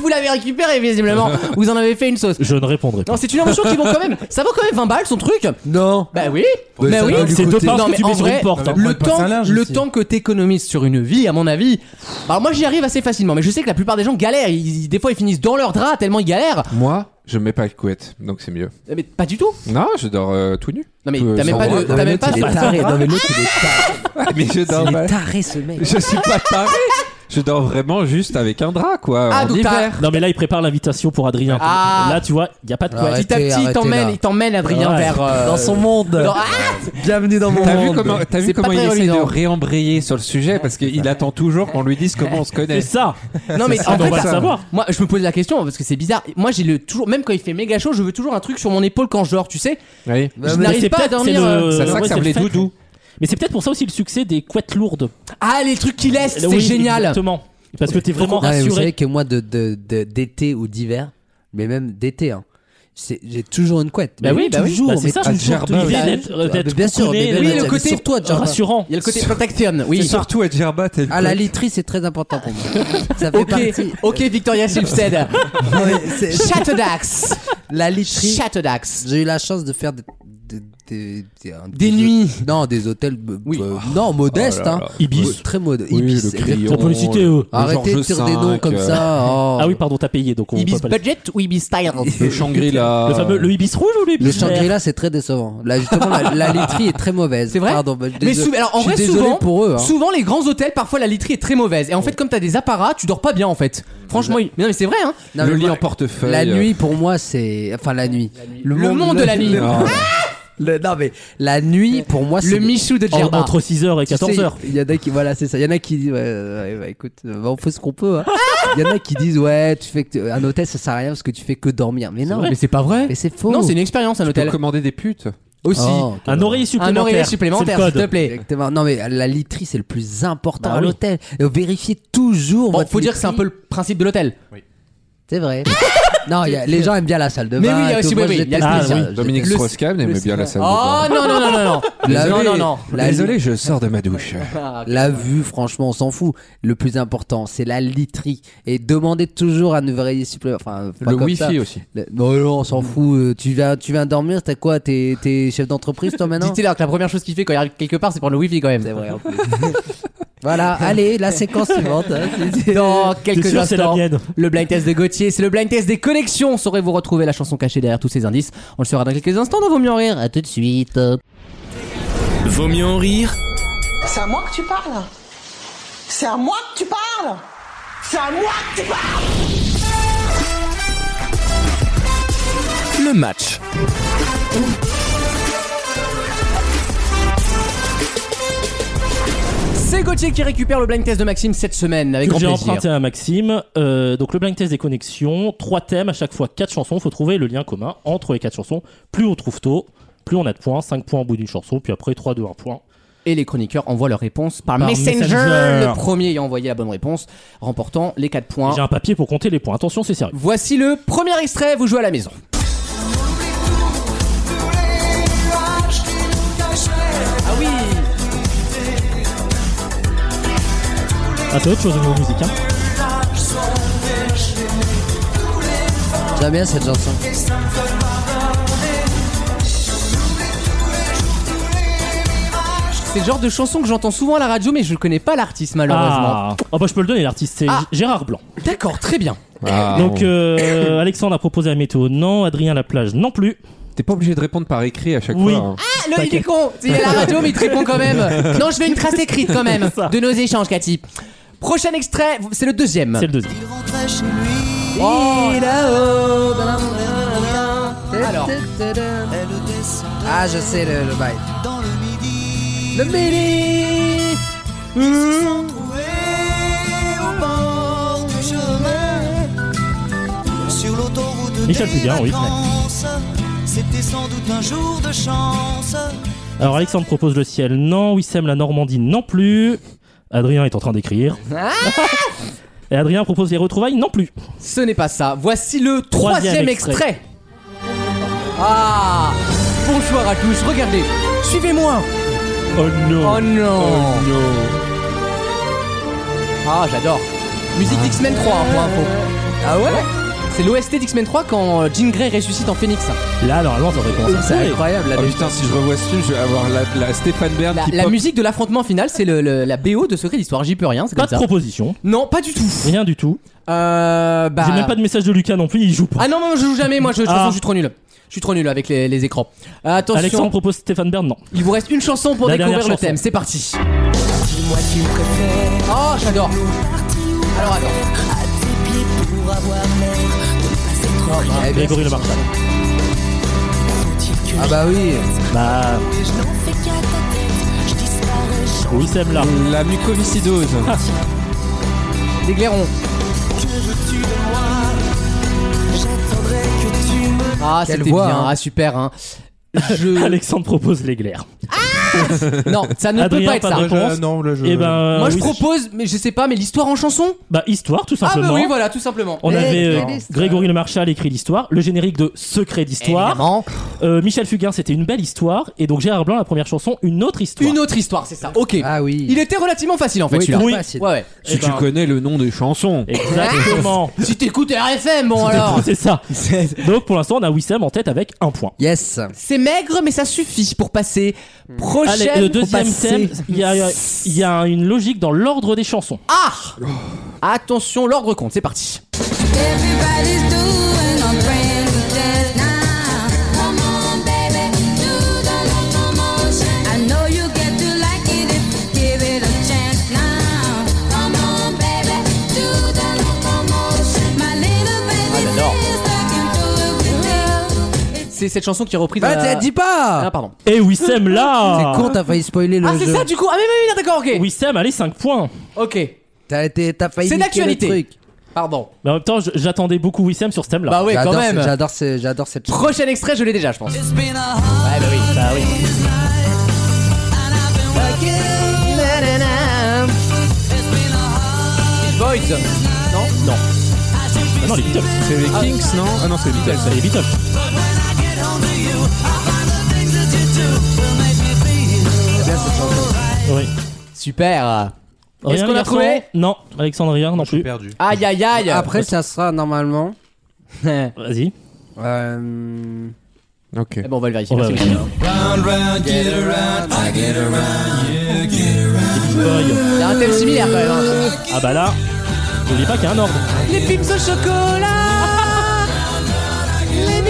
Speaker 4: Vous l'avez récupéré visiblement. Vous en avez fait une sauce.
Speaker 5: Je ne répondrai pas.
Speaker 4: Non, c'est une invention qui vaut quand même. Ça vaut quand même 20 balles son truc.
Speaker 6: Non
Speaker 4: Bah oui.
Speaker 6: Ouais,
Speaker 4: bah
Speaker 6: ça
Speaker 4: oui.
Speaker 6: va lui
Speaker 5: C'est deux
Speaker 6: coûter-
Speaker 5: parts
Speaker 4: Non,
Speaker 5: que
Speaker 4: mais
Speaker 5: tu
Speaker 4: en
Speaker 5: mets sur
Speaker 4: vrai,
Speaker 5: une porte. hein.
Speaker 6: Non, mais
Speaker 4: Le
Speaker 6: Moi, de passer
Speaker 4: temps,
Speaker 6: un linge
Speaker 4: le
Speaker 6: aussi.
Speaker 4: temps que t'économises sur une vie, à mon avis. Alors moi, j'y arrive assez facilement, mais je sais que la plupart des gens galèrent. Ils- des fois, ils finissent dans leur drap tellement ils galèrent. Euh,
Speaker 3: Moi, je mets pas le couette, donc c'est mieux.
Speaker 4: Mais pas du tout.
Speaker 3: Non, je dors euh, tout nu.
Speaker 4: Non mais
Speaker 3: Euh,
Speaker 4: t'as même
Speaker 3: sans
Speaker 4: pas de,
Speaker 3: bras.
Speaker 4: t'as même pas.
Speaker 2: Il est taré. Non, mais l'autre, il est taré.
Speaker 4: Ah,
Speaker 3: Mais je dors.
Speaker 2: Il est taré, ce mec.
Speaker 3: Je suis pas taré. Je dors vraiment juste avec un drap, quoi.
Speaker 4: Ah
Speaker 3: en
Speaker 4: donc
Speaker 3: hiver.
Speaker 4: t'as.
Speaker 5: Non, mais là, il prépare l'invitation pour Adrien.
Speaker 4: Ah.
Speaker 5: Là, tu vois, il n'y a pas de quoi.
Speaker 2: Arrête.
Speaker 4: Petit à petit, il
Speaker 2: arrêtez
Speaker 4: t'emmène,
Speaker 2: là.
Speaker 4: il t'emmène Adrien
Speaker 5: Ouais.
Speaker 4: vers. euh,
Speaker 2: Dans son monde.
Speaker 4: dans- Ah
Speaker 2: Bienvenue dans mon
Speaker 3: T'as vu
Speaker 2: monde.
Speaker 3: comment, t'as vu
Speaker 4: C'est pas
Speaker 3: comment il
Speaker 4: très
Speaker 3: essaie
Speaker 4: reluisant.
Speaker 3: de réembrayer sur le sujet parce qu'il attend toujours qu'on lui dise comment on se connaît.
Speaker 5: C'est ça.
Speaker 4: non mais
Speaker 5: Ah,
Speaker 4: en
Speaker 5: bah, on
Speaker 4: fait,
Speaker 5: va le savoir.
Speaker 4: Moi, je me pose la question parce que c'est bizarre. Moi, j'ai le toujours, même quand il fait méga chaud, je veux toujours un truc sur mon épaule quand je dors, tu sais.
Speaker 3: Oui.
Speaker 4: je
Speaker 5: Mais
Speaker 4: n'arrive
Speaker 5: c'est
Speaker 4: pas à
Speaker 5: peut-être- c'est
Speaker 4: dormir.
Speaker 5: le-
Speaker 4: euh.
Speaker 3: C'est à ça
Speaker 5: ouais,
Speaker 3: que ça
Speaker 5: c'est le
Speaker 3: les
Speaker 5: fait.
Speaker 3: doudous.
Speaker 5: Mais c'est peut-être pour ça aussi le succès des couettes lourdes.
Speaker 4: Ah, les trucs qu'il laisse, c'est
Speaker 5: Oui,
Speaker 4: génial.
Speaker 5: Exactement. Parce que t'es vraiment
Speaker 2: Non, mais vous savez
Speaker 5: rassuré.
Speaker 2: que moi, de- de- de- d'été ou d'hiver, mais même d'été, hein, c'est- j'ai toujours une couette.
Speaker 5: Bah
Speaker 2: Mais
Speaker 5: oui, bah oui.
Speaker 2: toujours,
Speaker 5: Bah, c'est
Speaker 2: mais
Speaker 5: ça.
Speaker 2: toujours,
Speaker 5: L'idée
Speaker 2: toujours.
Speaker 5: d'être-
Speaker 2: Ah,
Speaker 5: d'être
Speaker 2: mais Bien sûr,
Speaker 5: couconné,
Speaker 2: mais même
Speaker 4: oui,
Speaker 2: la-
Speaker 4: le
Speaker 2: c'est
Speaker 4: côté-
Speaker 2: sur toi, Jordan.
Speaker 5: Rassurant.
Speaker 4: Il y a le côté protection, oui.
Speaker 3: Surtout à Djerba,
Speaker 6: bah,
Speaker 3: t'es le
Speaker 2: Ah, la literie, c'est très important pour moi. Ça fait
Speaker 4: Ok,
Speaker 2: partie.
Speaker 4: ok, Victoria Silvstedt.
Speaker 2: Non, mais c'est-
Speaker 4: Chatterdax.
Speaker 2: La literie.
Speaker 4: Chatterdax.
Speaker 2: J'ai eu la chance de faire des. des- des- des-
Speaker 4: Des nuits.
Speaker 2: Non, des hôtels. euh, euh, non, modestes,
Speaker 3: Oh là
Speaker 2: hein.
Speaker 3: là.
Speaker 5: Ibis.
Speaker 2: Très mode.
Speaker 3: Oui,
Speaker 2: Ibis.
Speaker 3: le crayon,
Speaker 2: exactement.
Speaker 5: On peut les citer, eux.
Speaker 3: le
Speaker 2: Arrêtez de
Speaker 3: Georges
Speaker 2: tirer des
Speaker 3: V,
Speaker 2: noms comme
Speaker 3: euh,
Speaker 2: ça. oh.
Speaker 5: Ah oui, pardon, t'as payé, donc on peut
Speaker 4: Ibis
Speaker 5: pas les-
Speaker 4: budget ou Ibis style
Speaker 3: Le Shangri-La.
Speaker 5: Le fameux, le ibis rouge ou le ibis
Speaker 2: Le
Speaker 5: vert
Speaker 2: Shangri-La, c'est très décevant. Là, justement, la, la literie est très mauvaise.
Speaker 4: C'est vrai
Speaker 2: Pardon, bah, je
Speaker 4: Mais
Speaker 2: désolé-
Speaker 4: sou- alors, en
Speaker 2: je suis
Speaker 4: vrai,
Speaker 2: désolé
Speaker 4: souvent,
Speaker 2: pour eux. hein.
Speaker 4: souvent les grands hôtels, parfois la literie est très mauvaise. Et en fait, comme t'as des apparats, tu dors pas bien en fait. Franchement, il- mais non, mais c'est vrai. Hein.
Speaker 2: Non,
Speaker 3: le
Speaker 2: mais
Speaker 3: lit
Speaker 2: moi,
Speaker 3: en portefeuille.
Speaker 2: La nuit, pour moi, c'est. Enfin, la nuit.
Speaker 4: Le monde de la nuit.
Speaker 3: Non.
Speaker 2: Le- Non, mais la nuit, pour moi, c'est.
Speaker 4: Le Michou de
Speaker 5: En-
Speaker 4: Djerba.
Speaker 5: Entre 6h et
Speaker 2: Tu sais,
Speaker 5: 14h.
Speaker 2: Il y en a qui. Voilà, c'est ça. Il y en a qui disent. Ouais, ouais, bah, écoute, euh, bah, on fait ce qu'on peut. hein. Il y en a qui disent, ouais, tu fais que- un hôtel, ça sert à rien parce que tu fais que dormir. Mais non,
Speaker 5: vrai.
Speaker 2: mais,
Speaker 4: Mais c'est pas vrai.
Speaker 2: c'est faux.
Speaker 4: Non, c'est une expérience un
Speaker 3: Tu peux
Speaker 4: hôtel.
Speaker 3: commander des putes.
Speaker 4: Aussi.
Speaker 2: Oh, ok.
Speaker 5: Un oreiller
Speaker 4: Un
Speaker 5: supplémentaire.
Speaker 4: oreiller supplémentaire,
Speaker 5: C'est le
Speaker 4: s'il
Speaker 5: code.
Speaker 4: te plaît.
Speaker 2: Exactement. Non, mais la literie, c'est le plus important
Speaker 5: Bah
Speaker 2: à
Speaker 5: oui.
Speaker 2: l'hôtel. Et Vérifiez toujours.
Speaker 4: Bon,
Speaker 2: votre
Speaker 4: faut dire que c'est un
Speaker 2: literie.
Speaker 4: peu le principe de l'hôtel.
Speaker 2: C'est vrai. non, il y a- les gens aiment bien la salle de
Speaker 4: Mais
Speaker 2: bain.
Speaker 4: oui, il y a
Speaker 2: et tout.
Speaker 4: aussi-
Speaker 2: Moi,
Speaker 4: oui,
Speaker 2: je
Speaker 4: oui, il y a
Speaker 2: déteste
Speaker 5: le
Speaker 2: ça.
Speaker 5: plaisir.
Speaker 2: Je
Speaker 3: Dominique
Speaker 2: déteste-
Speaker 3: Strauss-Kahn aimait bien la salle. de
Speaker 4: Oh
Speaker 3: bain.
Speaker 4: non, non, non, non, non.
Speaker 2: La
Speaker 4: Non,
Speaker 2: vue.
Speaker 4: non, non.
Speaker 2: La
Speaker 3: Désolé, je sors de ma douche.
Speaker 2: La vue, franchement, on s'en fout. Le plus important, c'est la literie. Et demandez toujours un ouvrier supplémentaire. Enfin, pas
Speaker 3: Le
Speaker 2: comme
Speaker 3: wifi
Speaker 2: ça.
Speaker 3: aussi.
Speaker 2: Le- Non, non, on s'en fout. Euh, Tu viens, tu viens dormir, t'es quoi T'es t'es chef d'entreprise, toi, maintenant
Speaker 4: Dites-leur que la première chose qu'il fait quand il arrive quelque part, c'est prendre le wifi quand même.
Speaker 2: C'est vrai, en plus. Voilà, allez, la séquence suivante. hein.
Speaker 4: Dans
Speaker 5: C'est
Speaker 4: quelques
Speaker 5: sûr, c'est la
Speaker 4: instants,
Speaker 5: mienne.
Speaker 4: le blind test de Gauthier, c'est le blind test des connexions. Saurez-vous retrouver la chanson cachée derrière tous ces indices On le saura dans quelques instants dans Vaut mieux en rire. À tout de suite.
Speaker 1: Vaut mieux en rire
Speaker 8: C'est à moi que tu parles C'est à moi que tu parles C'est à moi que tu parles
Speaker 1: le match.
Speaker 4: C'est Gauthier qui récupère le blind test de Maxime cette semaine avec
Speaker 5: que
Speaker 4: grand
Speaker 5: j'ai
Speaker 4: plaisir.
Speaker 5: emprunté à Maxime. Euh, donc le blind test des connexions, trois thèmes, à chaque fois quatre chansons. Faut trouver le lien commun entre les quatre chansons. Plus on trouve tôt, plus on a de points. 5 points au bout d'une chanson, puis après 3, 2, 1 point.
Speaker 4: Et les chroniqueurs envoient leurs réponses par,
Speaker 5: Par
Speaker 4: messenger.
Speaker 5: Messenger.
Speaker 4: Le premier ayant envoyé la bonne réponse, remportant les 4 points.
Speaker 5: J'ai un papier pour compter les points. Attention, c'est sérieux.
Speaker 4: Voici le premier extrait, vous jouez à la maison. Ah oui
Speaker 5: Ah, c'est autre chose au niveau musique. hein.
Speaker 2: J'aime bien cette chanson.
Speaker 4: C'est le genre de chanson que j'entends souvent à la radio, mais je connais pas l'artiste malheureusement.
Speaker 5: Ah, oh, bah, je peux le donner, l'artiste. C'est
Speaker 4: Ah.
Speaker 5: Gérard Blanc.
Speaker 4: D'accord, très bien.
Speaker 3: Ah, on-
Speaker 5: donc euh, Alexandre a proposé la météo. Non, Adrien la plage. Non plus.
Speaker 3: T'es pas obligé de répondre par écrit à chaque
Speaker 5: Oui.
Speaker 3: fois. hein.
Speaker 4: Ah, le, il est con Il est à la radio, mais il te répond quand même. Non, je veux une trace écrite quand même
Speaker 5: C'est ça.
Speaker 4: de nos échanges, Cathy. Prochain extrait, c'est le deuxième.
Speaker 5: C'est le deuxième.
Speaker 4: Oh. Alors.
Speaker 2: Ah, je sais le, le bail.
Speaker 4: Le mêlé.
Speaker 5: Michel Fugain, oui.
Speaker 9: C'était sans doute un jour de chance.
Speaker 5: Alors Alexandre propose le ciel, non. Wissem la Normandie, non plus. Adrien est en train d'écrire.
Speaker 9: Ah
Speaker 5: Et Adrien propose les retrouvailles, non plus.
Speaker 4: Ce n'est pas ça. Voici le troisième,
Speaker 5: Troisième
Speaker 4: extrait.
Speaker 5: extrait.
Speaker 4: Ah Bonsoir à tous, regardez. Suivez-moi.
Speaker 5: Oh non.
Speaker 4: Oh non. Ah, j'adore.
Speaker 5: Ah.
Speaker 4: Musique d'X-Men 3, hein, pour info. Ah ouais C'est l'OST d'X-Men 3 quand euh, Jean Grey ressuscite en phoenix.
Speaker 5: Là, normalement, ça aurait commencé
Speaker 2: Ah
Speaker 5: à
Speaker 4: C'est
Speaker 5: couler.
Speaker 4: incroyable. La,
Speaker 3: Oh putain, si je revois ce film, je vais avoir la, la Stéphane Bern
Speaker 4: la-
Speaker 3: qui
Speaker 4: la
Speaker 3: pop.
Speaker 4: musique de l'affrontement final, c'est le- le- la BO de Secret d'Histoire. J'y peux rien, c'est
Speaker 5: Pas
Speaker 4: comme
Speaker 5: de
Speaker 4: ça.
Speaker 5: proposition,
Speaker 4: Non, pas du tout.
Speaker 5: rien du tout.
Speaker 4: Euh, bah...
Speaker 5: J'ai même pas de message de Lucas non plus, il joue pas.
Speaker 4: Ah non, non, je joue jamais, moi, je, de toute
Speaker 5: Ah.
Speaker 4: façon, je suis trop nul. Je suis trop nul avec les, les écrans. Euh, Attention, Eh
Speaker 5: Alexandre propose Stéphane Bern, non.
Speaker 4: il vous reste une chanson pour
Speaker 5: La
Speaker 4: découvrir
Speaker 5: dernière
Speaker 4: le
Speaker 5: chanson.
Speaker 4: thème, c'est parti. Oh, j'adore. Alors, attends. ben,
Speaker 2: Eh bien,
Speaker 5: Grégory Le Marchal.
Speaker 2: Ah bah oui.
Speaker 5: Bah, Wissem là.
Speaker 3: La mucoviscidose.
Speaker 4: Les glairons. Ah,
Speaker 2: Quelle
Speaker 4: c'était
Speaker 2: voix,
Speaker 4: bien.
Speaker 2: hein.
Speaker 4: Ah, super, hein. Je...
Speaker 5: Alexandre propose l'éclair.
Speaker 4: non, ça ne peut
Speaker 5: Adrien,
Speaker 4: pas être
Speaker 5: pas
Speaker 4: ça.
Speaker 5: de-
Speaker 6: Euh, non, là, je.
Speaker 5: Et ben,
Speaker 4: Moi, je
Speaker 5: oui,
Speaker 4: propose, mais je sais pas, mais l'histoire en chanson
Speaker 5: Bah, histoire, tout
Speaker 4: Ah,
Speaker 5: simplement.
Speaker 4: bah oui, voilà, tout simplement.
Speaker 5: On avait euh,
Speaker 2: Écrit l'histoire.
Speaker 5: Grégory Le Marchal écrit l'histoire, le générique de Secret d'histoire.
Speaker 4: Évidemment.
Speaker 5: Euh, Michel Fugain, c'était une belle histoire. Et donc Gérard Blanc, la première chanson, une autre histoire.
Speaker 4: Une autre histoire, c'est ça. Ok.
Speaker 2: Ah oui.
Speaker 4: Il était relativement facile en fait,
Speaker 2: Oui,
Speaker 4: celui-là.
Speaker 2: oui. Facile.
Speaker 4: Ouais, ouais.
Speaker 3: Si
Speaker 5: ben.
Speaker 3: tu connais le nom des chansons.
Speaker 5: Exactement.
Speaker 4: Si t'écoutes RFM, bon alors.
Speaker 5: C'est ça. Donc pour l'instant, on a Wissem en tête avec un point.
Speaker 2: Yes.
Speaker 4: C'est maigre, mais ça suffit pour passer. Prochaine.
Speaker 5: Allez, le deuxième
Speaker 4: pour passer-
Speaker 5: thème, il y a, il y a une logique dans l'ordre des chansons.
Speaker 4: Ah Attention, l'ordre compte, c'est parti. C'est cette chanson qui est reprise.
Speaker 2: Bah,
Speaker 4: dans la-
Speaker 2: t'as- dis
Speaker 4: Ah,
Speaker 2: pas.
Speaker 4: pardon.
Speaker 5: Et Wissem là
Speaker 2: C'est con, t'as failli spoiler le
Speaker 4: Ah, c'est
Speaker 2: jeu.
Speaker 4: ça du coup Ah, mais, mais, mais, d'accord, ok.
Speaker 5: Wissem, allez, 5 points.
Speaker 4: Ok.
Speaker 2: T'as été, t'as failli.
Speaker 4: C'est
Speaker 2: niquer le
Speaker 4: d'actualité.
Speaker 2: truc.
Speaker 4: Pardon.
Speaker 5: Mais en même temps, je- j'attendais beaucoup Wissem sur ce thème là.
Speaker 4: Bah, ouais, quand
Speaker 2: J'adore ce-
Speaker 4: même.
Speaker 2: J'adore ce- j'adore cette. chanson.
Speaker 4: Prochain extrait, je l'ai déjà, je pense.
Speaker 5: bah oui, bah oui.
Speaker 4: Beach Boys. Non
Speaker 5: Non. Ah non, les Beatles.
Speaker 3: C'est les Kings, non Ah non, c'est les Beatles.
Speaker 5: C'est les Beatles. Oui.
Speaker 4: Super.
Speaker 5: Rien,
Speaker 4: qu'on a
Speaker 5: les garçons
Speaker 4: trouvé
Speaker 5: Non, Alexandre rien non plus.
Speaker 6: perdu.
Speaker 4: Aïe aïe aïe.
Speaker 2: Après, ça sera normalement.
Speaker 4: Eh
Speaker 5: Vas-y.
Speaker 2: euh,
Speaker 3: Ok.
Speaker 4: ben, on va le vérifier.
Speaker 5: On va
Speaker 4: Merci,
Speaker 5: vérifier.
Speaker 4: Olivier.
Speaker 2: Bah,
Speaker 5: Boy.
Speaker 4: Il y a un thème similaire quand même. hein.
Speaker 5: Ah bah là, n'oublie pas qu'il y a un ordre.
Speaker 4: Les films au chocolat Les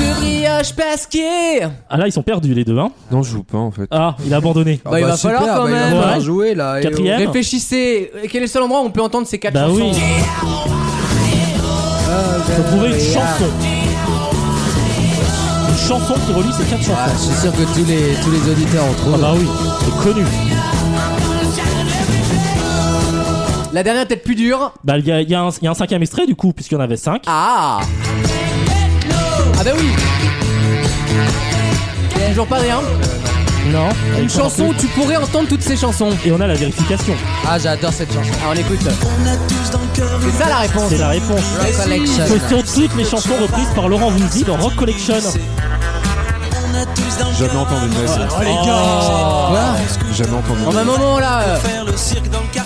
Speaker 4: Le brioche pasquier
Speaker 5: Ah là, ils sont perdus les deux, hein.
Speaker 3: Non, je joue pas en fait.
Speaker 5: Ah, il a abandonné.
Speaker 2: ah
Speaker 3: Oh,
Speaker 4: Bah, il va
Speaker 2: super,
Speaker 4: falloir quand
Speaker 2: bah, il va
Speaker 4: même.
Speaker 2: falloir
Speaker 5: Ouais.
Speaker 2: jouer là. et
Speaker 5: Quatrième.
Speaker 2: oh.
Speaker 4: Réfléchissez euh, Quel est le seul endroit où on peut entendre ces quatre
Speaker 5: Bah
Speaker 4: chansons
Speaker 5: oui. Faut trouver une chanson. Une chanson qui relie ces quatre
Speaker 2: Ah,
Speaker 5: chansons.
Speaker 2: je suis sûr que tous les, tous les auditeurs ont
Speaker 5: Ah
Speaker 2: trouvé.
Speaker 5: bah oui, c'est connu.
Speaker 4: La dernière peut-être plus dure
Speaker 5: Bah il y, a- il y a un- il y a un cinquième extrait du coup, puisqu'il y en avait cinq.
Speaker 4: Ah Ah bah oui Il y a toujours pas rien
Speaker 5: Non.
Speaker 4: Une chanson où tu pourrais entendre toutes ces chansons
Speaker 5: Et on a la vérification.
Speaker 2: Ah, j'adore cette chanson.
Speaker 4: Alors on écoute C'est ça la réponse
Speaker 5: C'est la réponse.
Speaker 2: Rock Collection.
Speaker 5: Ce sont toutes les chansons reprises par Laurent Voulzy dans Rock Collection.
Speaker 3: Jamais entendu de ma vie.
Speaker 5: Oh les gars
Speaker 2: Quoi
Speaker 3: Jamais entendu.
Speaker 4: En un moment là euh,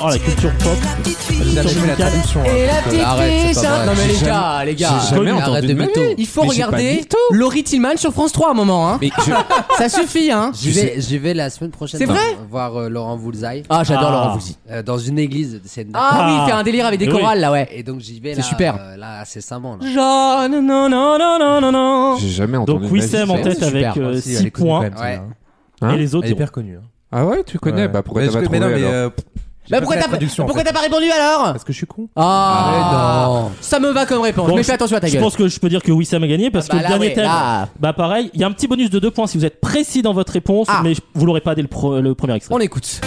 Speaker 5: Oh la culture pop. La
Speaker 6: J'ai
Speaker 5: culture
Speaker 6: jamais la
Speaker 5: musicale.
Speaker 6: traduction. hein.
Speaker 4: Et la petite
Speaker 2: Arrête, c'est
Speaker 4: fille,
Speaker 2: pas
Speaker 4: ça-
Speaker 2: vrai.
Speaker 4: Non mais les
Speaker 3: J'ai
Speaker 4: gars, les gars
Speaker 3: J'ai jamais
Speaker 2: Arrête
Speaker 3: entendu
Speaker 2: de
Speaker 3: de ma
Speaker 2: mytho.
Speaker 3: vie.
Speaker 4: Il faut
Speaker 3: Mais j'ai pas
Speaker 4: regarder
Speaker 3: dit tout.
Speaker 4: Laurie Tillman sur France 3 à un moment, hein.
Speaker 3: Mais je-
Speaker 4: Ça suffit, hein.
Speaker 2: J'y vais, j'y vais la semaine prochaine.
Speaker 4: C'est
Speaker 2: voir-
Speaker 4: vrai
Speaker 2: Voir euh, Laurent Voulzaï
Speaker 4: Ah, j'adore
Speaker 5: Ah.
Speaker 4: Laurent Voulzy.
Speaker 2: euh, dans une église. C'est une-
Speaker 4: Ah,
Speaker 5: Ah.
Speaker 4: oui, il fait un délire avec des
Speaker 5: Oui.
Speaker 4: chorales, là, ouais.
Speaker 2: Et donc j'y vais
Speaker 4: C'est
Speaker 2: là.
Speaker 4: super.
Speaker 2: euh, là, incessamment. Là.
Speaker 4: Jeanne, non, non, non, non, non, non.
Speaker 3: J'ai jamais entendu
Speaker 5: Donc
Speaker 3: de ma vie.
Speaker 5: Wissem en
Speaker 2: c'est-
Speaker 5: tête
Speaker 2: c'est
Speaker 5: avec
Speaker 2: super,
Speaker 5: euh,
Speaker 6: Ah, si, elle
Speaker 5: six
Speaker 6: est connue quand
Speaker 5: points
Speaker 6: même, celle-là, hein.
Speaker 3: hein.
Speaker 5: et les
Speaker 6: Elle
Speaker 5: autres.
Speaker 6: est
Speaker 5: zéro.
Speaker 6: hyper connue. hein.
Speaker 3: Ah ouais, tu connais
Speaker 6: Ouais.
Speaker 3: Bah pourquoi
Speaker 6: Mais
Speaker 3: t'as pas
Speaker 6: je-
Speaker 3: trouvé
Speaker 6: mais non, mais,
Speaker 3: alors
Speaker 6: euh, pff, j'ai
Speaker 4: Bah
Speaker 6: pas
Speaker 4: pourquoi
Speaker 6: fait la
Speaker 4: t'as
Speaker 6: traduction, en
Speaker 4: pourquoi
Speaker 6: fait.
Speaker 4: t'as pas répondu alors
Speaker 6: Parce que je suis con.
Speaker 4: Ah,
Speaker 2: Mais non.
Speaker 4: ça me va comme réponse.
Speaker 5: Bon,
Speaker 4: mais fais attention à ta
Speaker 5: Je
Speaker 4: gueule.
Speaker 5: pense que je peux dire que Wissam a gagné parce
Speaker 4: Ah bah
Speaker 5: que le
Speaker 4: là,
Speaker 5: dernier
Speaker 4: ouais,
Speaker 5: thème,
Speaker 4: là.
Speaker 5: bah pareil, il y a un petit bonus de 2 points si vous êtes précis dans votre réponse,
Speaker 4: Ah.
Speaker 5: mais je- vous l'aurez pas dès le, pro- le premier extrait.
Speaker 4: On écoute.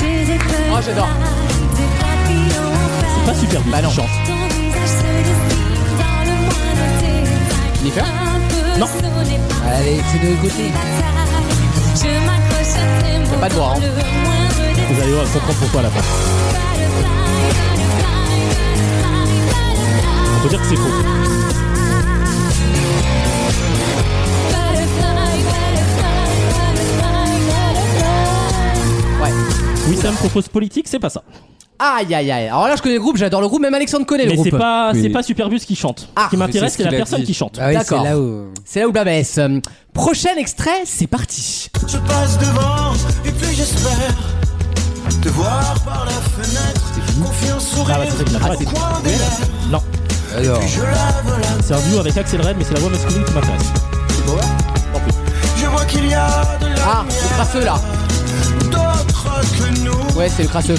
Speaker 10: J'ai des peurs
Speaker 4: Oh, j'adore.
Speaker 5: C'est pas super vite,
Speaker 4: Bah non.
Speaker 5: il chante.
Speaker 4: Jennifer
Speaker 5: Non.
Speaker 4: Ah,
Speaker 2: Allez, c'est de côté.
Speaker 4: pas de voix, hein.
Speaker 5: Vous allez voir, comprendre pourquoi à la fin. On peut dire que c'est faux.
Speaker 4: Ouais.
Speaker 5: Oui, ça me propose politique, c'est pas ça.
Speaker 4: Aïe aïe aïe. Alors là, je connais le groupe, j'adore le groupe, même Alexandre connaît le
Speaker 5: Mais c'est
Speaker 4: groupe.
Speaker 5: pas,
Speaker 3: Oui.
Speaker 5: c'est pas Superbus qui chante.
Speaker 4: Ah,
Speaker 5: Ce qui
Speaker 3: mais
Speaker 5: m'intéresse,
Speaker 3: c'est ce
Speaker 5: c'est la
Speaker 3: qu'il a
Speaker 5: personne
Speaker 3: dit.
Speaker 5: qui chante.
Speaker 2: Ah oui, c'est
Speaker 4: D'accord.
Speaker 2: là où.
Speaker 4: C'est là où le bas blesse. Euh, Prochain extrait, c'est parti.
Speaker 9: Je passe devant et puis j'espère te voir par la fenêtre. Confiance sourire
Speaker 5: Ah, bah, c'est ça qu'il a
Speaker 9: au
Speaker 5: pas dit.
Speaker 9: coin des lèvres.
Speaker 5: Non,
Speaker 2: Alors,
Speaker 9: Je la vois là,
Speaker 5: c'est un duo avec Axel Red, mais c'est la voix masculine qui m'intéresse.
Speaker 9: je vois qu'il y a de la
Speaker 4: Ah, le crasseux là.
Speaker 9: d'autres que nous.
Speaker 4: Ouais, c'est le crasseux.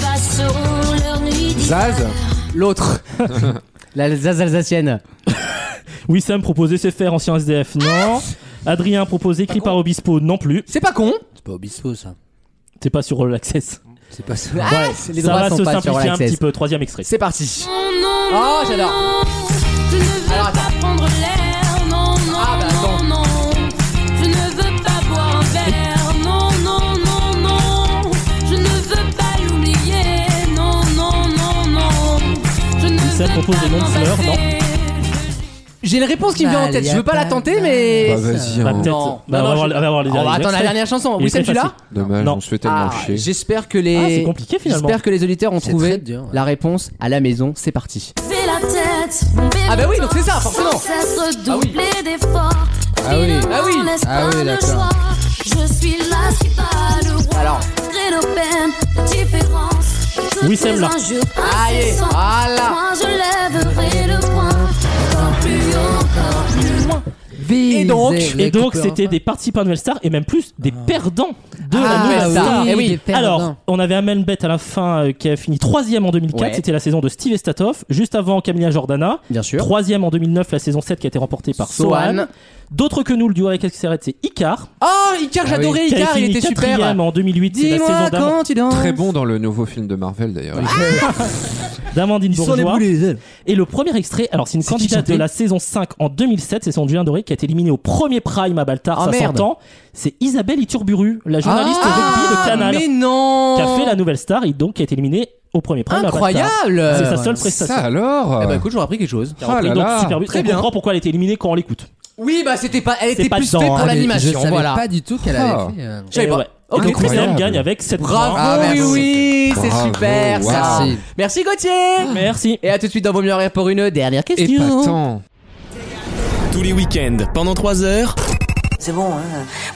Speaker 6: Zaz
Speaker 4: Ah, L'autre. La Zaz alsacienne.
Speaker 5: Wissam proposait CFR, ancien SDF, non. Adrien proposait écrit par Obispo, non plus.
Speaker 4: C'est pas con.
Speaker 2: c'est pas Obispo ça.
Speaker 5: C'est pas sur All Access.
Speaker 2: C'est pas ça.
Speaker 4: Ah, c'est- les
Speaker 5: ça
Speaker 4: droits
Speaker 5: va
Speaker 4: sont
Speaker 5: se
Speaker 4: pas sur
Speaker 5: simplifier un
Speaker 4: l'accès.
Speaker 5: petit peu. Troisième extrait.
Speaker 4: C'est parti. Oh, j'adore.
Speaker 10: Ah, Je ne veux
Speaker 4: Alors, attends.
Speaker 10: pas prendre l'air, non, non,
Speaker 4: Ah, bah, attends.
Speaker 10: non, non. Je ne veux pas boire un verre, non, non, non, non. Je ne veux pas l'oublier, non, non, non, non. Je ne
Speaker 5: Ça
Speaker 10: veux
Speaker 5: propose
Speaker 10: pas
Speaker 5: des noms de fleurs,
Speaker 10: m'en
Speaker 5: non
Speaker 10: passer.
Speaker 4: J'ai une réponse qui me vient en tête. Je veux pas la tenter, mais.
Speaker 3: Bah vas-y,
Speaker 5: Bah,
Speaker 3: hein.
Speaker 5: peut-être-
Speaker 4: Non.
Speaker 5: bah,
Speaker 4: Non,
Speaker 5: on va
Speaker 4: non,
Speaker 5: voir-
Speaker 4: je-
Speaker 5: on va voir les
Speaker 4: On va
Speaker 5: derniers
Speaker 4: attendre la
Speaker 5: extraits.
Speaker 4: dernière chanson.
Speaker 5: Il est
Speaker 4: Wissem,
Speaker 5: très
Speaker 4: tu l'as
Speaker 5: facile.
Speaker 3: dommage,
Speaker 5: Non.
Speaker 3: on se fait tellement
Speaker 4: Ah,
Speaker 3: chier.
Speaker 4: J'espère que les.
Speaker 5: Ah, c'est compliqué, finalement.
Speaker 4: J'espère que les auditeurs ont
Speaker 2: C'est
Speaker 4: trouvé
Speaker 2: très dur, ouais.
Speaker 4: la réponse à la maison. C'est parti.
Speaker 10: Fais la tête, bomber
Speaker 4: Ah bah
Speaker 10: le
Speaker 4: oui,
Speaker 10: temps,
Speaker 4: donc c'est ça, forcément.
Speaker 10: Sans cesse
Speaker 4: Ah oui.
Speaker 10: redoubler d'efforts.
Speaker 2: Ah oui.
Speaker 10: Finalement,
Speaker 4: Ah oui.
Speaker 10: laisse
Speaker 2: Ah
Speaker 10: pas
Speaker 2: oui,
Speaker 10: le
Speaker 2: d'accord.
Speaker 10: choix. Je suis là, qui pas le roi.
Speaker 4: Alors.
Speaker 10: Malgré nos peines, nos différences, toutes
Speaker 5: Oui, Sam,
Speaker 10: ces
Speaker 5: là.
Speaker 10: injures
Speaker 4: Aïe,
Speaker 10: incessantes.
Speaker 4: voilà.
Speaker 10: Moi, je lèverai le poing. Encore plus, encore plus loin.
Speaker 4: Et donc-
Speaker 5: Et donc, c'était des participants de Nouvelle Star et même plus des perdants de la
Speaker 4: Ah,
Speaker 5: Nouvelle
Speaker 4: oui,
Speaker 5: Star.
Speaker 4: Eh oui.
Speaker 5: Alors, on avait Amel Bett à la fin euh, qui a fini troisième en 2004.
Speaker 4: Ouais.
Speaker 5: C'était la saison de Steve Estatoff. Juste avant Camilla Jordana.
Speaker 4: Bien sûr.
Speaker 5: Troisième en 2009, la saison 7 qui a été remportée par
Speaker 4: Sohan.
Speaker 5: Sohan. D'autres que nous, le duo avec Axel Red, c'est Icar.
Speaker 4: Oh, Icar, j'adorais
Speaker 5: qui avait
Speaker 4: Icar, il
Speaker 5: fini
Speaker 4: était super.
Speaker 5: Ah quatrième en 2008. C'est la saison
Speaker 4: Dis-moi
Speaker 5: d'Am-
Speaker 4: quand tu danses.
Speaker 3: Très bon dans le nouveau film de Marvel d'ailleurs. Ah,
Speaker 5: d'Amandine Bourgeois.
Speaker 4: ailes.
Speaker 5: Et le premier extrait, alors c'est une
Speaker 4: C'est qui
Speaker 5: candidate
Speaker 4: chantait
Speaker 5: de la saison 5 en 2007, c'est son Julien Doré qui a été éliminé au premier prime à Baltar,
Speaker 4: Ah,
Speaker 5: ça
Speaker 4: merde.
Speaker 5: s'entend. C'est Isabelle Iturburu, la journaliste rugby de Canal,
Speaker 4: Ah, Mais non.
Speaker 5: qui a fait la nouvelle star et donc qui a été éliminée au premier prime à Baltar.
Speaker 4: Incroyable.
Speaker 5: C'est sa seule prestation.
Speaker 3: Ça alors
Speaker 4: Eh bah écoute, j'aurais appris quelque chose.
Speaker 5: Qui a
Speaker 3: Ah
Speaker 5: repris
Speaker 3: là
Speaker 5: donc
Speaker 3: là.
Speaker 5: Superbus.
Speaker 4: Très
Speaker 5: on
Speaker 4: bien.
Speaker 5: comprend pourquoi elle a été éliminée quand on l'écoute.
Speaker 4: Oui, bah c'était pas, elle
Speaker 5: C'est
Speaker 4: était
Speaker 5: pas
Speaker 4: plus faite
Speaker 5: dedans,
Speaker 4: pour
Speaker 5: hein, mais
Speaker 2: Je
Speaker 4: l'animation,
Speaker 2: savais
Speaker 4: voilà.
Speaker 2: pas du tout qu'elle
Speaker 3: Ah.
Speaker 2: avait fait. euh,
Speaker 4: Je savais
Speaker 5: Et
Speaker 4: pas.
Speaker 5: Eh ouais.
Speaker 4: Ok,
Speaker 5: Et donc
Speaker 4: très bien.
Speaker 5: Wissem gagne avec 7
Speaker 4: Bravo,
Speaker 5: points.
Speaker 2: Ah, merci.
Speaker 4: oui, oui, c'est
Speaker 3: Bravo,
Speaker 4: super ça.
Speaker 3: waouh.
Speaker 2: Merci.
Speaker 4: Merci Gauthier.
Speaker 5: Merci.
Speaker 4: Et à tout de suite dans Vos mieux en rire pour une dernière question.
Speaker 3: Épatant.
Speaker 1: Tous les week-ends, pendant 3 heures,
Speaker 11: C'est bon, hein.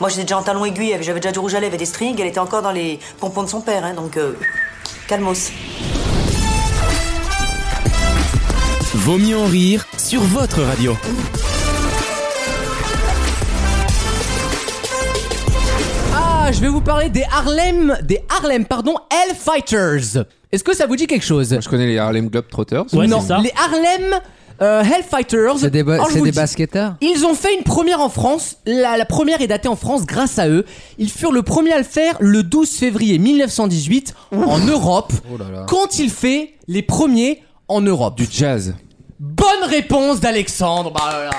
Speaker 11: Moi, j'étais déjà en talons aiguilles, j'avais déjà du rouge à lèvres et des strings, elle était encore dans les pompons de son père, hein, donc euh, calmos.
Speaker 1: Vaut mieux en rire sur votre radio.
Speaker 4: Ah, je vais vous parler des Harlem, des Harlem, pardon, Hellfighters. Est-ce que ça vous dit quelque chose
Speaker 3: Moi, Je connais les Harlem Globetrotters.
Speaker 5: Ouais,
Speaker 4: Non,
Speaker 5: c'est ça.
Speaker 4: les Harlem euh, Hellfighters.
Speaker 2: C'est des, ba-
Speaker 4: alors je
Speaker 2: c'est
Speaker 4: vous
Speaker 2: des
Speaker 4: le dis,
Speaker 2: basketteurs
Speaker 4: Ils ont fait une première en France. La, la première est datée en France grâce à eux. Ils furent le premier à le faire le 12 février 1918 en Europe.
Speaker 2: Oh
Speaker 4: Quand il fait les premiers en Europe.
Speaker 3: Du jazz.
Speaker 4: Bonne réponse d'Alexandre. Bah, voilà.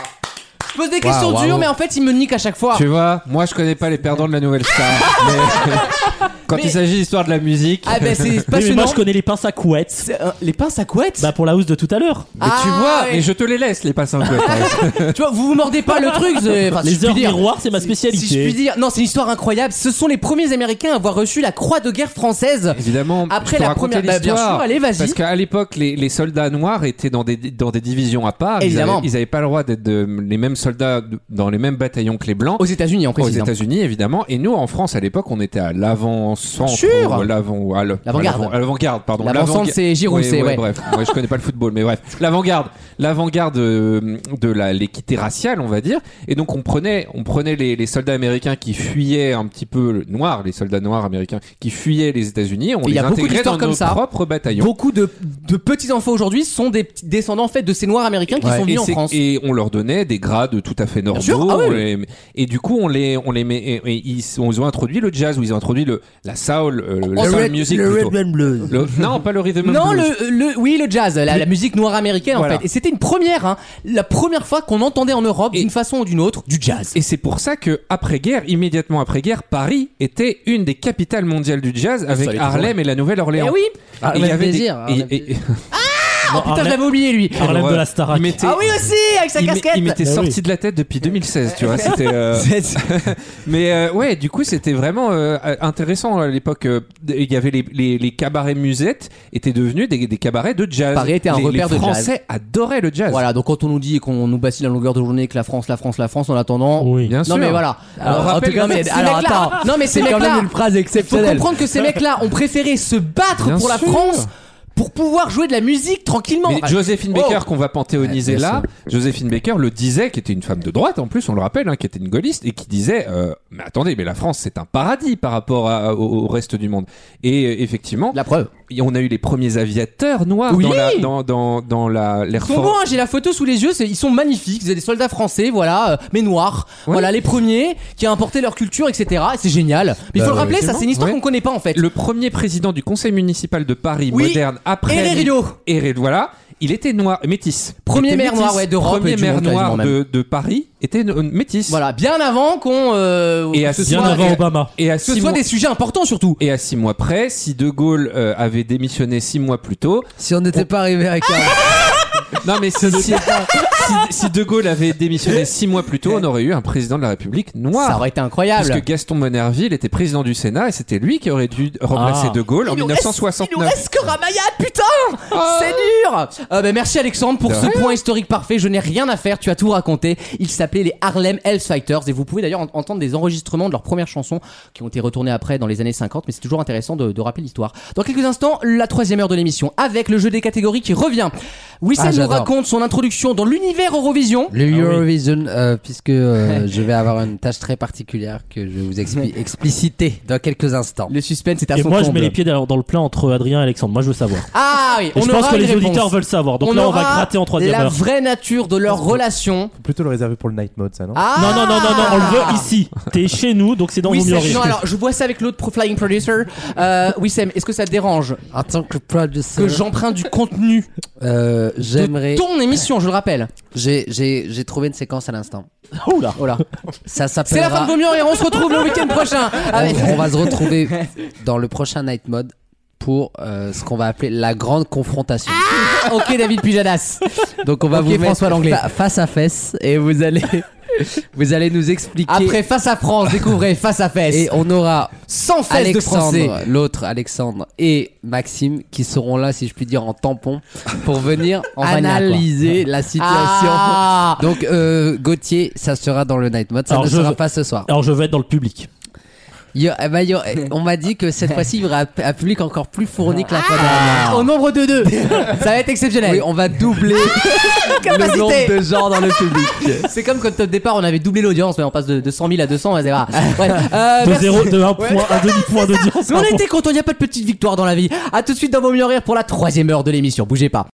Speaker 4: Je pose des questions
Speaker 2: bravo.
Speaker 4: dures, mais en fait, il me nique à chaque fois.
Speaker 3: Tu vois, moi je connais pas les perdants de la nouvelle star. mais- Quand
Speaker 4: Mais-
Speaker 3: il s'agit d'histoire de la musique.
Speaker 4: Ah ben c'est
Speaker 5: Oui, mais
Speaker 4: passionnant.
Speaker 5: moi je connais les pinces à couettes.
Speaker 4: C'est, euh, les pinces à couettes.
Speaker 5: Bah pour la housse de tout à l'heure.
Speaker 3: Mais tu
Speaker 4: Ah,
Speaker 3: vois,
Speaker 4: ouais.
Speaker 3: et je te les laisse les passants. quoi.
Speaker 4: Tu vois, vous vous mordez pas le truc. c'est- enfin, Ah, si je
Speaker 5: les
Speaker 4: puis
Speaker 5: heures
Speaker 4: dire.
Speaker 5: miroirs, c'est ma spécialité.
Speaker 4: Si je puis dire, non, c'est une histoire incroyable. Ce sont les premiers Américains à avoir reçu la Croix de guerre française.
Speaker 3: Évidemment.
Speaker 4: Après
Speaker 3: je te
Speaker 4: la
Speaker 3: racontais
Speaker 4: première- bah, bien
Speaker 3: l'histoire,
Speaker 4: sûr, allez, vas-y.
Speaker 3: Parce qu'à l'époque, les, les soldats noirs étaient dans des, dans des divisions à part. Ils
Speaker 4: Évidemment.
Speaker 3: avaient- Ils n'avaient pas le droit d'être de- les mêmes soldats de- dans les mêmes bataillons que les blancs.
Speaker 4: Aux États-Unis, en
Speaker 3: Aux
Speaker 4: précisant.
Speaker 3: États-Unis, évidemment. Et nous, en France, à l'époque, on était à l'avant-centre.
Speaker 4: Sûr.
Speaker 3: ou à l'avant, ou à le-
Speaker 4: L'avant-garde.
Speaker 3: à l'avant- à L'avant-garde, pardon.
Speaker 4: L'avant-centre,
Speaker 3: L'avant-ga-
Speaker 4: c'est Giroud,
Speaker 3: Ouais,
Speaker 4: c'est- ouais.
Speaker 3: Bref, moi, je connais pas le football, mais bref. L'avant-garde, l'avant-garde euh, de la- l'équité raciale, on va dire. Et donc, on prenait, on prenait les, les soldats américains qui fuyaient un petit peu le- noirs, les soldats noirs américains qui fuyaient les États-Unis. On
Speaker 4: Il y
Speaker 3: les
Speaker 4: a beaucoup
Speaker 3: intégrait
Speaker 4: d'histoires
Speaker 3: dans
Speaker 4: comme
Speaker 3: nos
Speaker 4: ça.
Speaker 3: propres bataillons.
Speaker 4: Beaucoup de, de petits enfants aujourd'hui sont des petits descendants en fait de ces Noirs américains qui
Speaker 3: Ouais.
Speaker 4: sont
Speaker 3: et,
Speaker 4: venus en
Speaker 3: c'est-
Speaker 4: France.
Speaker 3: et on leur donnait des grades tout à fait normaux.
Speaker 4: sûr, ah oui,
Speaker 3: on les- et, du coup, on les, on les met, et, et ils, ont- ils ont introduit le jazz, ou ils ont introduit le, la soul, euh, la
Speaker 4: Oh, Le
Speaker 3: soul
Speaker 4: rhyth-
Speaker 3: music
Speaker 4: le
Speaker 3: plutôt.
Speaker 4: rhythm
Speaker 2: blues.
Speaker 3: Le- non, pas le rhythm and
Speaker 4: Non,
Speaker 3: blues.
Speaker 4: le, le- oui, le jazz, la, la musique noire américaine
Speaker 3: Voilà.
Speaker 4: en fait. Et c'était une première, hein, la première fois qu'on entendait en Europe, d'une façon ou d'une autre, du jazz.
Speaker 3: Et c'est pour ça que après guerre, immédiatement après guerre, Paris était une des capitales mondiales du jazz
Speaker 4: ça l'est
Speaker 3: avec Harlem
Speaker 4: toujours.
Speaker 3: et la Nouvelle-Orléans.
Speaker 4: Eh oui.
Speaker 3: Et
Speaker 2: Harlem Désir,
Speaker 3: et-
Speaker 2: Harlem
Speaker 3: et-
Speaker 4: Ah putain, je l'avais oublié lui.
Speaker 5: Harlem
Speaker 3: Alors,
Speaker 5: de la
Speaker 3: euh,
Speaker 5: Starac.
Speaker 3: il m'était-
Speaker 4: Ah oui aussi, avec sa
Speaker 3: il m'est-
Speaker 4: casquette. Euh,
Speaker 3: Il m'était
Speaker 5: Eh
Speaker 3: sorti
Speaker 5: oui.
Speaker 3: de la tête depuis 2016, tu vois. C'était. euh, Mais euh, ouais, du coup, c'était vraiment euh, intéressant à l'époque. euh, Il y avait les, les, les cabarets musettes étaient devenus des, des cabarets de jazz.
Speaker 4: Paris était un
Speaker 3: les,
Speaker 4: repère
Speaker 3: les
Speaker 4: de jazz.
Speaker 3: Français adoraient le jazz.
Speaker 4: Voilà, donc quand on nous dit et qu'on nous bassine à longueur de journée que la France, la France, la France, en attendant,
Speaker 5: Oui.
Speaker 3: Bien sûr.
Speaker 4: non mais voilà.
Speaker 3: Alors,
Speaker 4: Alors, en
Speaker 3: rappelle
Speaker 4: tout cas,
Speaker 3: quand même,
Speaker 4: mais-
Speaker 3: ces
Speaker 4: alors,
Speaker 2: mecs-là-
Speaker 4: attends. non mais ces
Speaker 2: C'est quand
Speaker 4: mecs-là,
Speaker 2: même une phrase
Speaker 4: faut
Speaker 2: exceptionnelle.
Speaker 4: comprendre que ces mecs-là ont préféré se battre
Speaker 3: Bien
Speaker 4: pour la
Speaker 3: sûr.
Speaker 4: France pour pouvoir jouer de la musique tranquillement.
Speaker 3: Mais Joséphine
Speaker 4: Oh.
Speaker 3: Baker, qu'on va panthéoniser
Speaker 2: Ouais, bien
Speaker 3: là, Joséphine Baker le disait, qui était une femme de droite en plus, on le rappelle, hein, qui était une gaulliste, et qui disait euh, Mais attendez, mais la France, c'est un paradis par rapport à- au, au reste du monde. Et euh, effectivement,
Speaker 4: La preuve.
Speaker 3: et on a eu les premiers aviateurs noirs
Speaker 4: Oui.
Speaker 3: dans la dans, dans, dans la l'air
Speaker 4: Ils sont
Speaker 3: For-
Speaker 4: bons, hein, j'ai la photo sous les yeux, c'est- ils sont magnifiques, c'est des soldats français, voilà, euh, mais noirs, voilà, les premiers qui a importé leur culture, etc. Et c'est génial. Mais il faut
Speaker 3: Bah,
Speaker 4: le rappeler, ça
Speaker 3: effectivement.
Speaker 4: c'est une histoire
Speaker 3: Ouais.
Speaker 4: qu'on connaît pas en fait.
Speaker 3: Le premier président du conseil municipal de Paris
Speaker 4: Oui.
Speaker 3: moderne après
Speaker 4: Herrerio.
Speaker 3: Herré- voilà, il était noir, métis.
Speaker 4: Premier
Speaker 3: Il était
Speaker 4: maire
Speaker 3: métis.
Speaker 4: noir, ouais, d'Europe et
Speaker 3: Premier
Speaker 4: du
Speaker 3: maire
Speaker 4: monde
Speaker 3: noir
Speaker 4: quasiment même.
Speaker 3: de, de Paris était no- métis.
Speaker 4: Voilà, bien avant qu'on euh,
Speaker 3: Et à
Speaker 4: que ce
Speaker 5: Bien
Speaker 4: soit-
Speaker 5: avant
Speaker 4: que
Speaker 5: Obama.
Speaker 3: Et à
Speaker 4: ce
Speaker 3: six
Speaker 4: soit
Speaker 3: mois-
Speaker 4: des sujets importants surtout.
Speaker 3: Et à six mois près, si De Gaulle euh, avait démissionné six mois plus tôt,
Speaker 2: Si on
Speaker 4: Oh.
Speaker 2: n'était pas arrivé avec
Speaker 4: Ah,
Speaker 2: un-
Speaker 3: non mais si, si, si- si De Gaulle avait démissionné six mois plus tôt, on aurait eu un président de la République
Speaker 4: Ça
Speaker 3: noir.
Speaker 4: aurait été incroyable.
Speaker 3: Puisque Gaston Monerville était président du Sénat et c'était lui qui aurait dû remplacer
Speaker 5: Ah.
Speaker 3: De Gaulle en
Speaker 4: Il nous reste- Il nous
Speaker 3: 1969.
Speaker 4: reste que Ramayad, putain
Speaker 5: Ah.
Speaker 4: C'est dur Euh, ben, Merci Alexandre pour
Speaker 3: De
Speaker 4: ce point historique parfait. Je n'ai rien à faire, tu as tout raconté. Ils s'appelaient les Harlem Hellfighters et vous pouvez d'ailleurs en- entendre des enregistrements de leurs premières chansons qui ont été retournées après dans les années 50, mais c'est toujours intéressant de, de rappeler l'histoire. Dans quelques instants, la troisième heure de l'émission avec le jeu des catégories qui revient. Wissam
Speaker 2: Ah,
Speaker 4: nous
Speaker 2: j'adore.
Speaker 4: raconte son introduction dans l'univers Eurovision.
Speaker 2: le Eurovision, euh, puisque euh, je vais avoir une tâche très particulière que je vais vous expli- expliciter dans quelques instants.
Speaker 4: Le suspense est à
Speaker 5: Et
Speaker 4: son
Speaker 5: moi, je
Speaker 4: comble.
Speaker 5: mets les pieds dans dans le plat entre Adrien et Alexandre. Moi, je veux savoir.
Speaker 4: Ah oui,
Speaker 5: Et
Speaker 4: on
Speaker 5: je
Speaker 4: aura
Speaker 5: pense que
Speaker 4: une
Speaker 5: les
Speaker 4: réponse.
Speaker 5: auditeurs veulent savoir. Donc
Speaker 4: on
Speaker 5: là, on
Speaker 4: aura
Speaker 5: va gratter en troisième
Speaker 4: la
Speaker 5: heure.
Speaker 4: vraie nature de leur relation.
Speaker 6: Faut plutôt le réserver pour le night mode, ça, non
Speaker 4: Ah
Speaker 5: Non, non, non, non, non, on le veut ici. T'es chez nous, donc c'est dans
Speaker 4: Oui,
Speaker 5: vos mieux
Speaker 4: Sam,
Speaker 5: rire.
Speaker 4: non, alors je vois ça avec l'autre pro- flying producer. Euh, oui, Sam, est-ce que ça te dérange
Speaker 2: En tant que producer,
Speaker 4: que j'emprunte du contenu
Speaker 2: euh, j'aimerais.
Speaker 4: de ton émission, je le rappelle
Speaker 2: J'ai- J'ai j'ai trouvé une séquence à l'instant.
Speaker 4: Oula, oula.
Speaker 2: Ça
Speaker 4: C'est la fin
Speaker 2: s'appellera.
Speaker 4: de Vaut mieux en rire, on se retrouve le week-end prochain. Avec-
Speaker 2: on, on va se retrouver dans le prochain night mode pour euh, ce qu'on va appeler la grande confrontation.
Speaker 4: Ah ok, David Pujadas.
Speaker 2: Donc on va
Speaker 4: Ok,
Speaker 2: vous mettre
Speaker 4: François Langlais.
Speaker 2: fa- face à face et vous allez vous allez nous expliquer.
Speaker 4: Après, face à France, découvrez face à face.
Speaker 2: et on aura
Speaker 4: sans fesses de français.
Speaker 2: Alexandre, l'autre Alexandre et Maxime qui seront là, si je puis dire, en tampon pour venir
Speaker 4: En vagnac, quoi.
Speaker 2: analyser la situation.
Speaker 4: Ah
Speaker 2: Donc euh, Gauthier, ça sera dans le night mode, ça
Speaker 5: Alors,
Speaker 2: ne
Speaker 5: je
Speaker 2: sera
Speaker 5: veux-
Speaker 2: pas ce soir.
Speaker 5: Alors, je vais être dans le public.
Speaker 2: Il y a- eh ben, il y a- on m'a dit que cette fois-ci, il y aura un un public encore plus fourni que la fois dernière.
Speaker 4: Au nombre de deux, ça va être exceptionnel.
Speaker 2: Oui, on va doubler le
Speaker 4: Capacité.
Speaker 2: nombre de gens dans le public.
Speaker 4: C'est comme quand au départ on avait doublé l'audience, mais on passe de, de 100 000 à 200, ouais, c'est vrai. Ouais. Euh,
Speaker 5: De
Speaker 4: merci.
Speaker 5: 0, de 1 point, un demi-point d'audience.
Speaker 4: Mais on était content, il n'y a pas de petite victoire dans la vie. A tout de suite dans Vos mieux en rire pour la troisième heure de l'émission, bougez pas.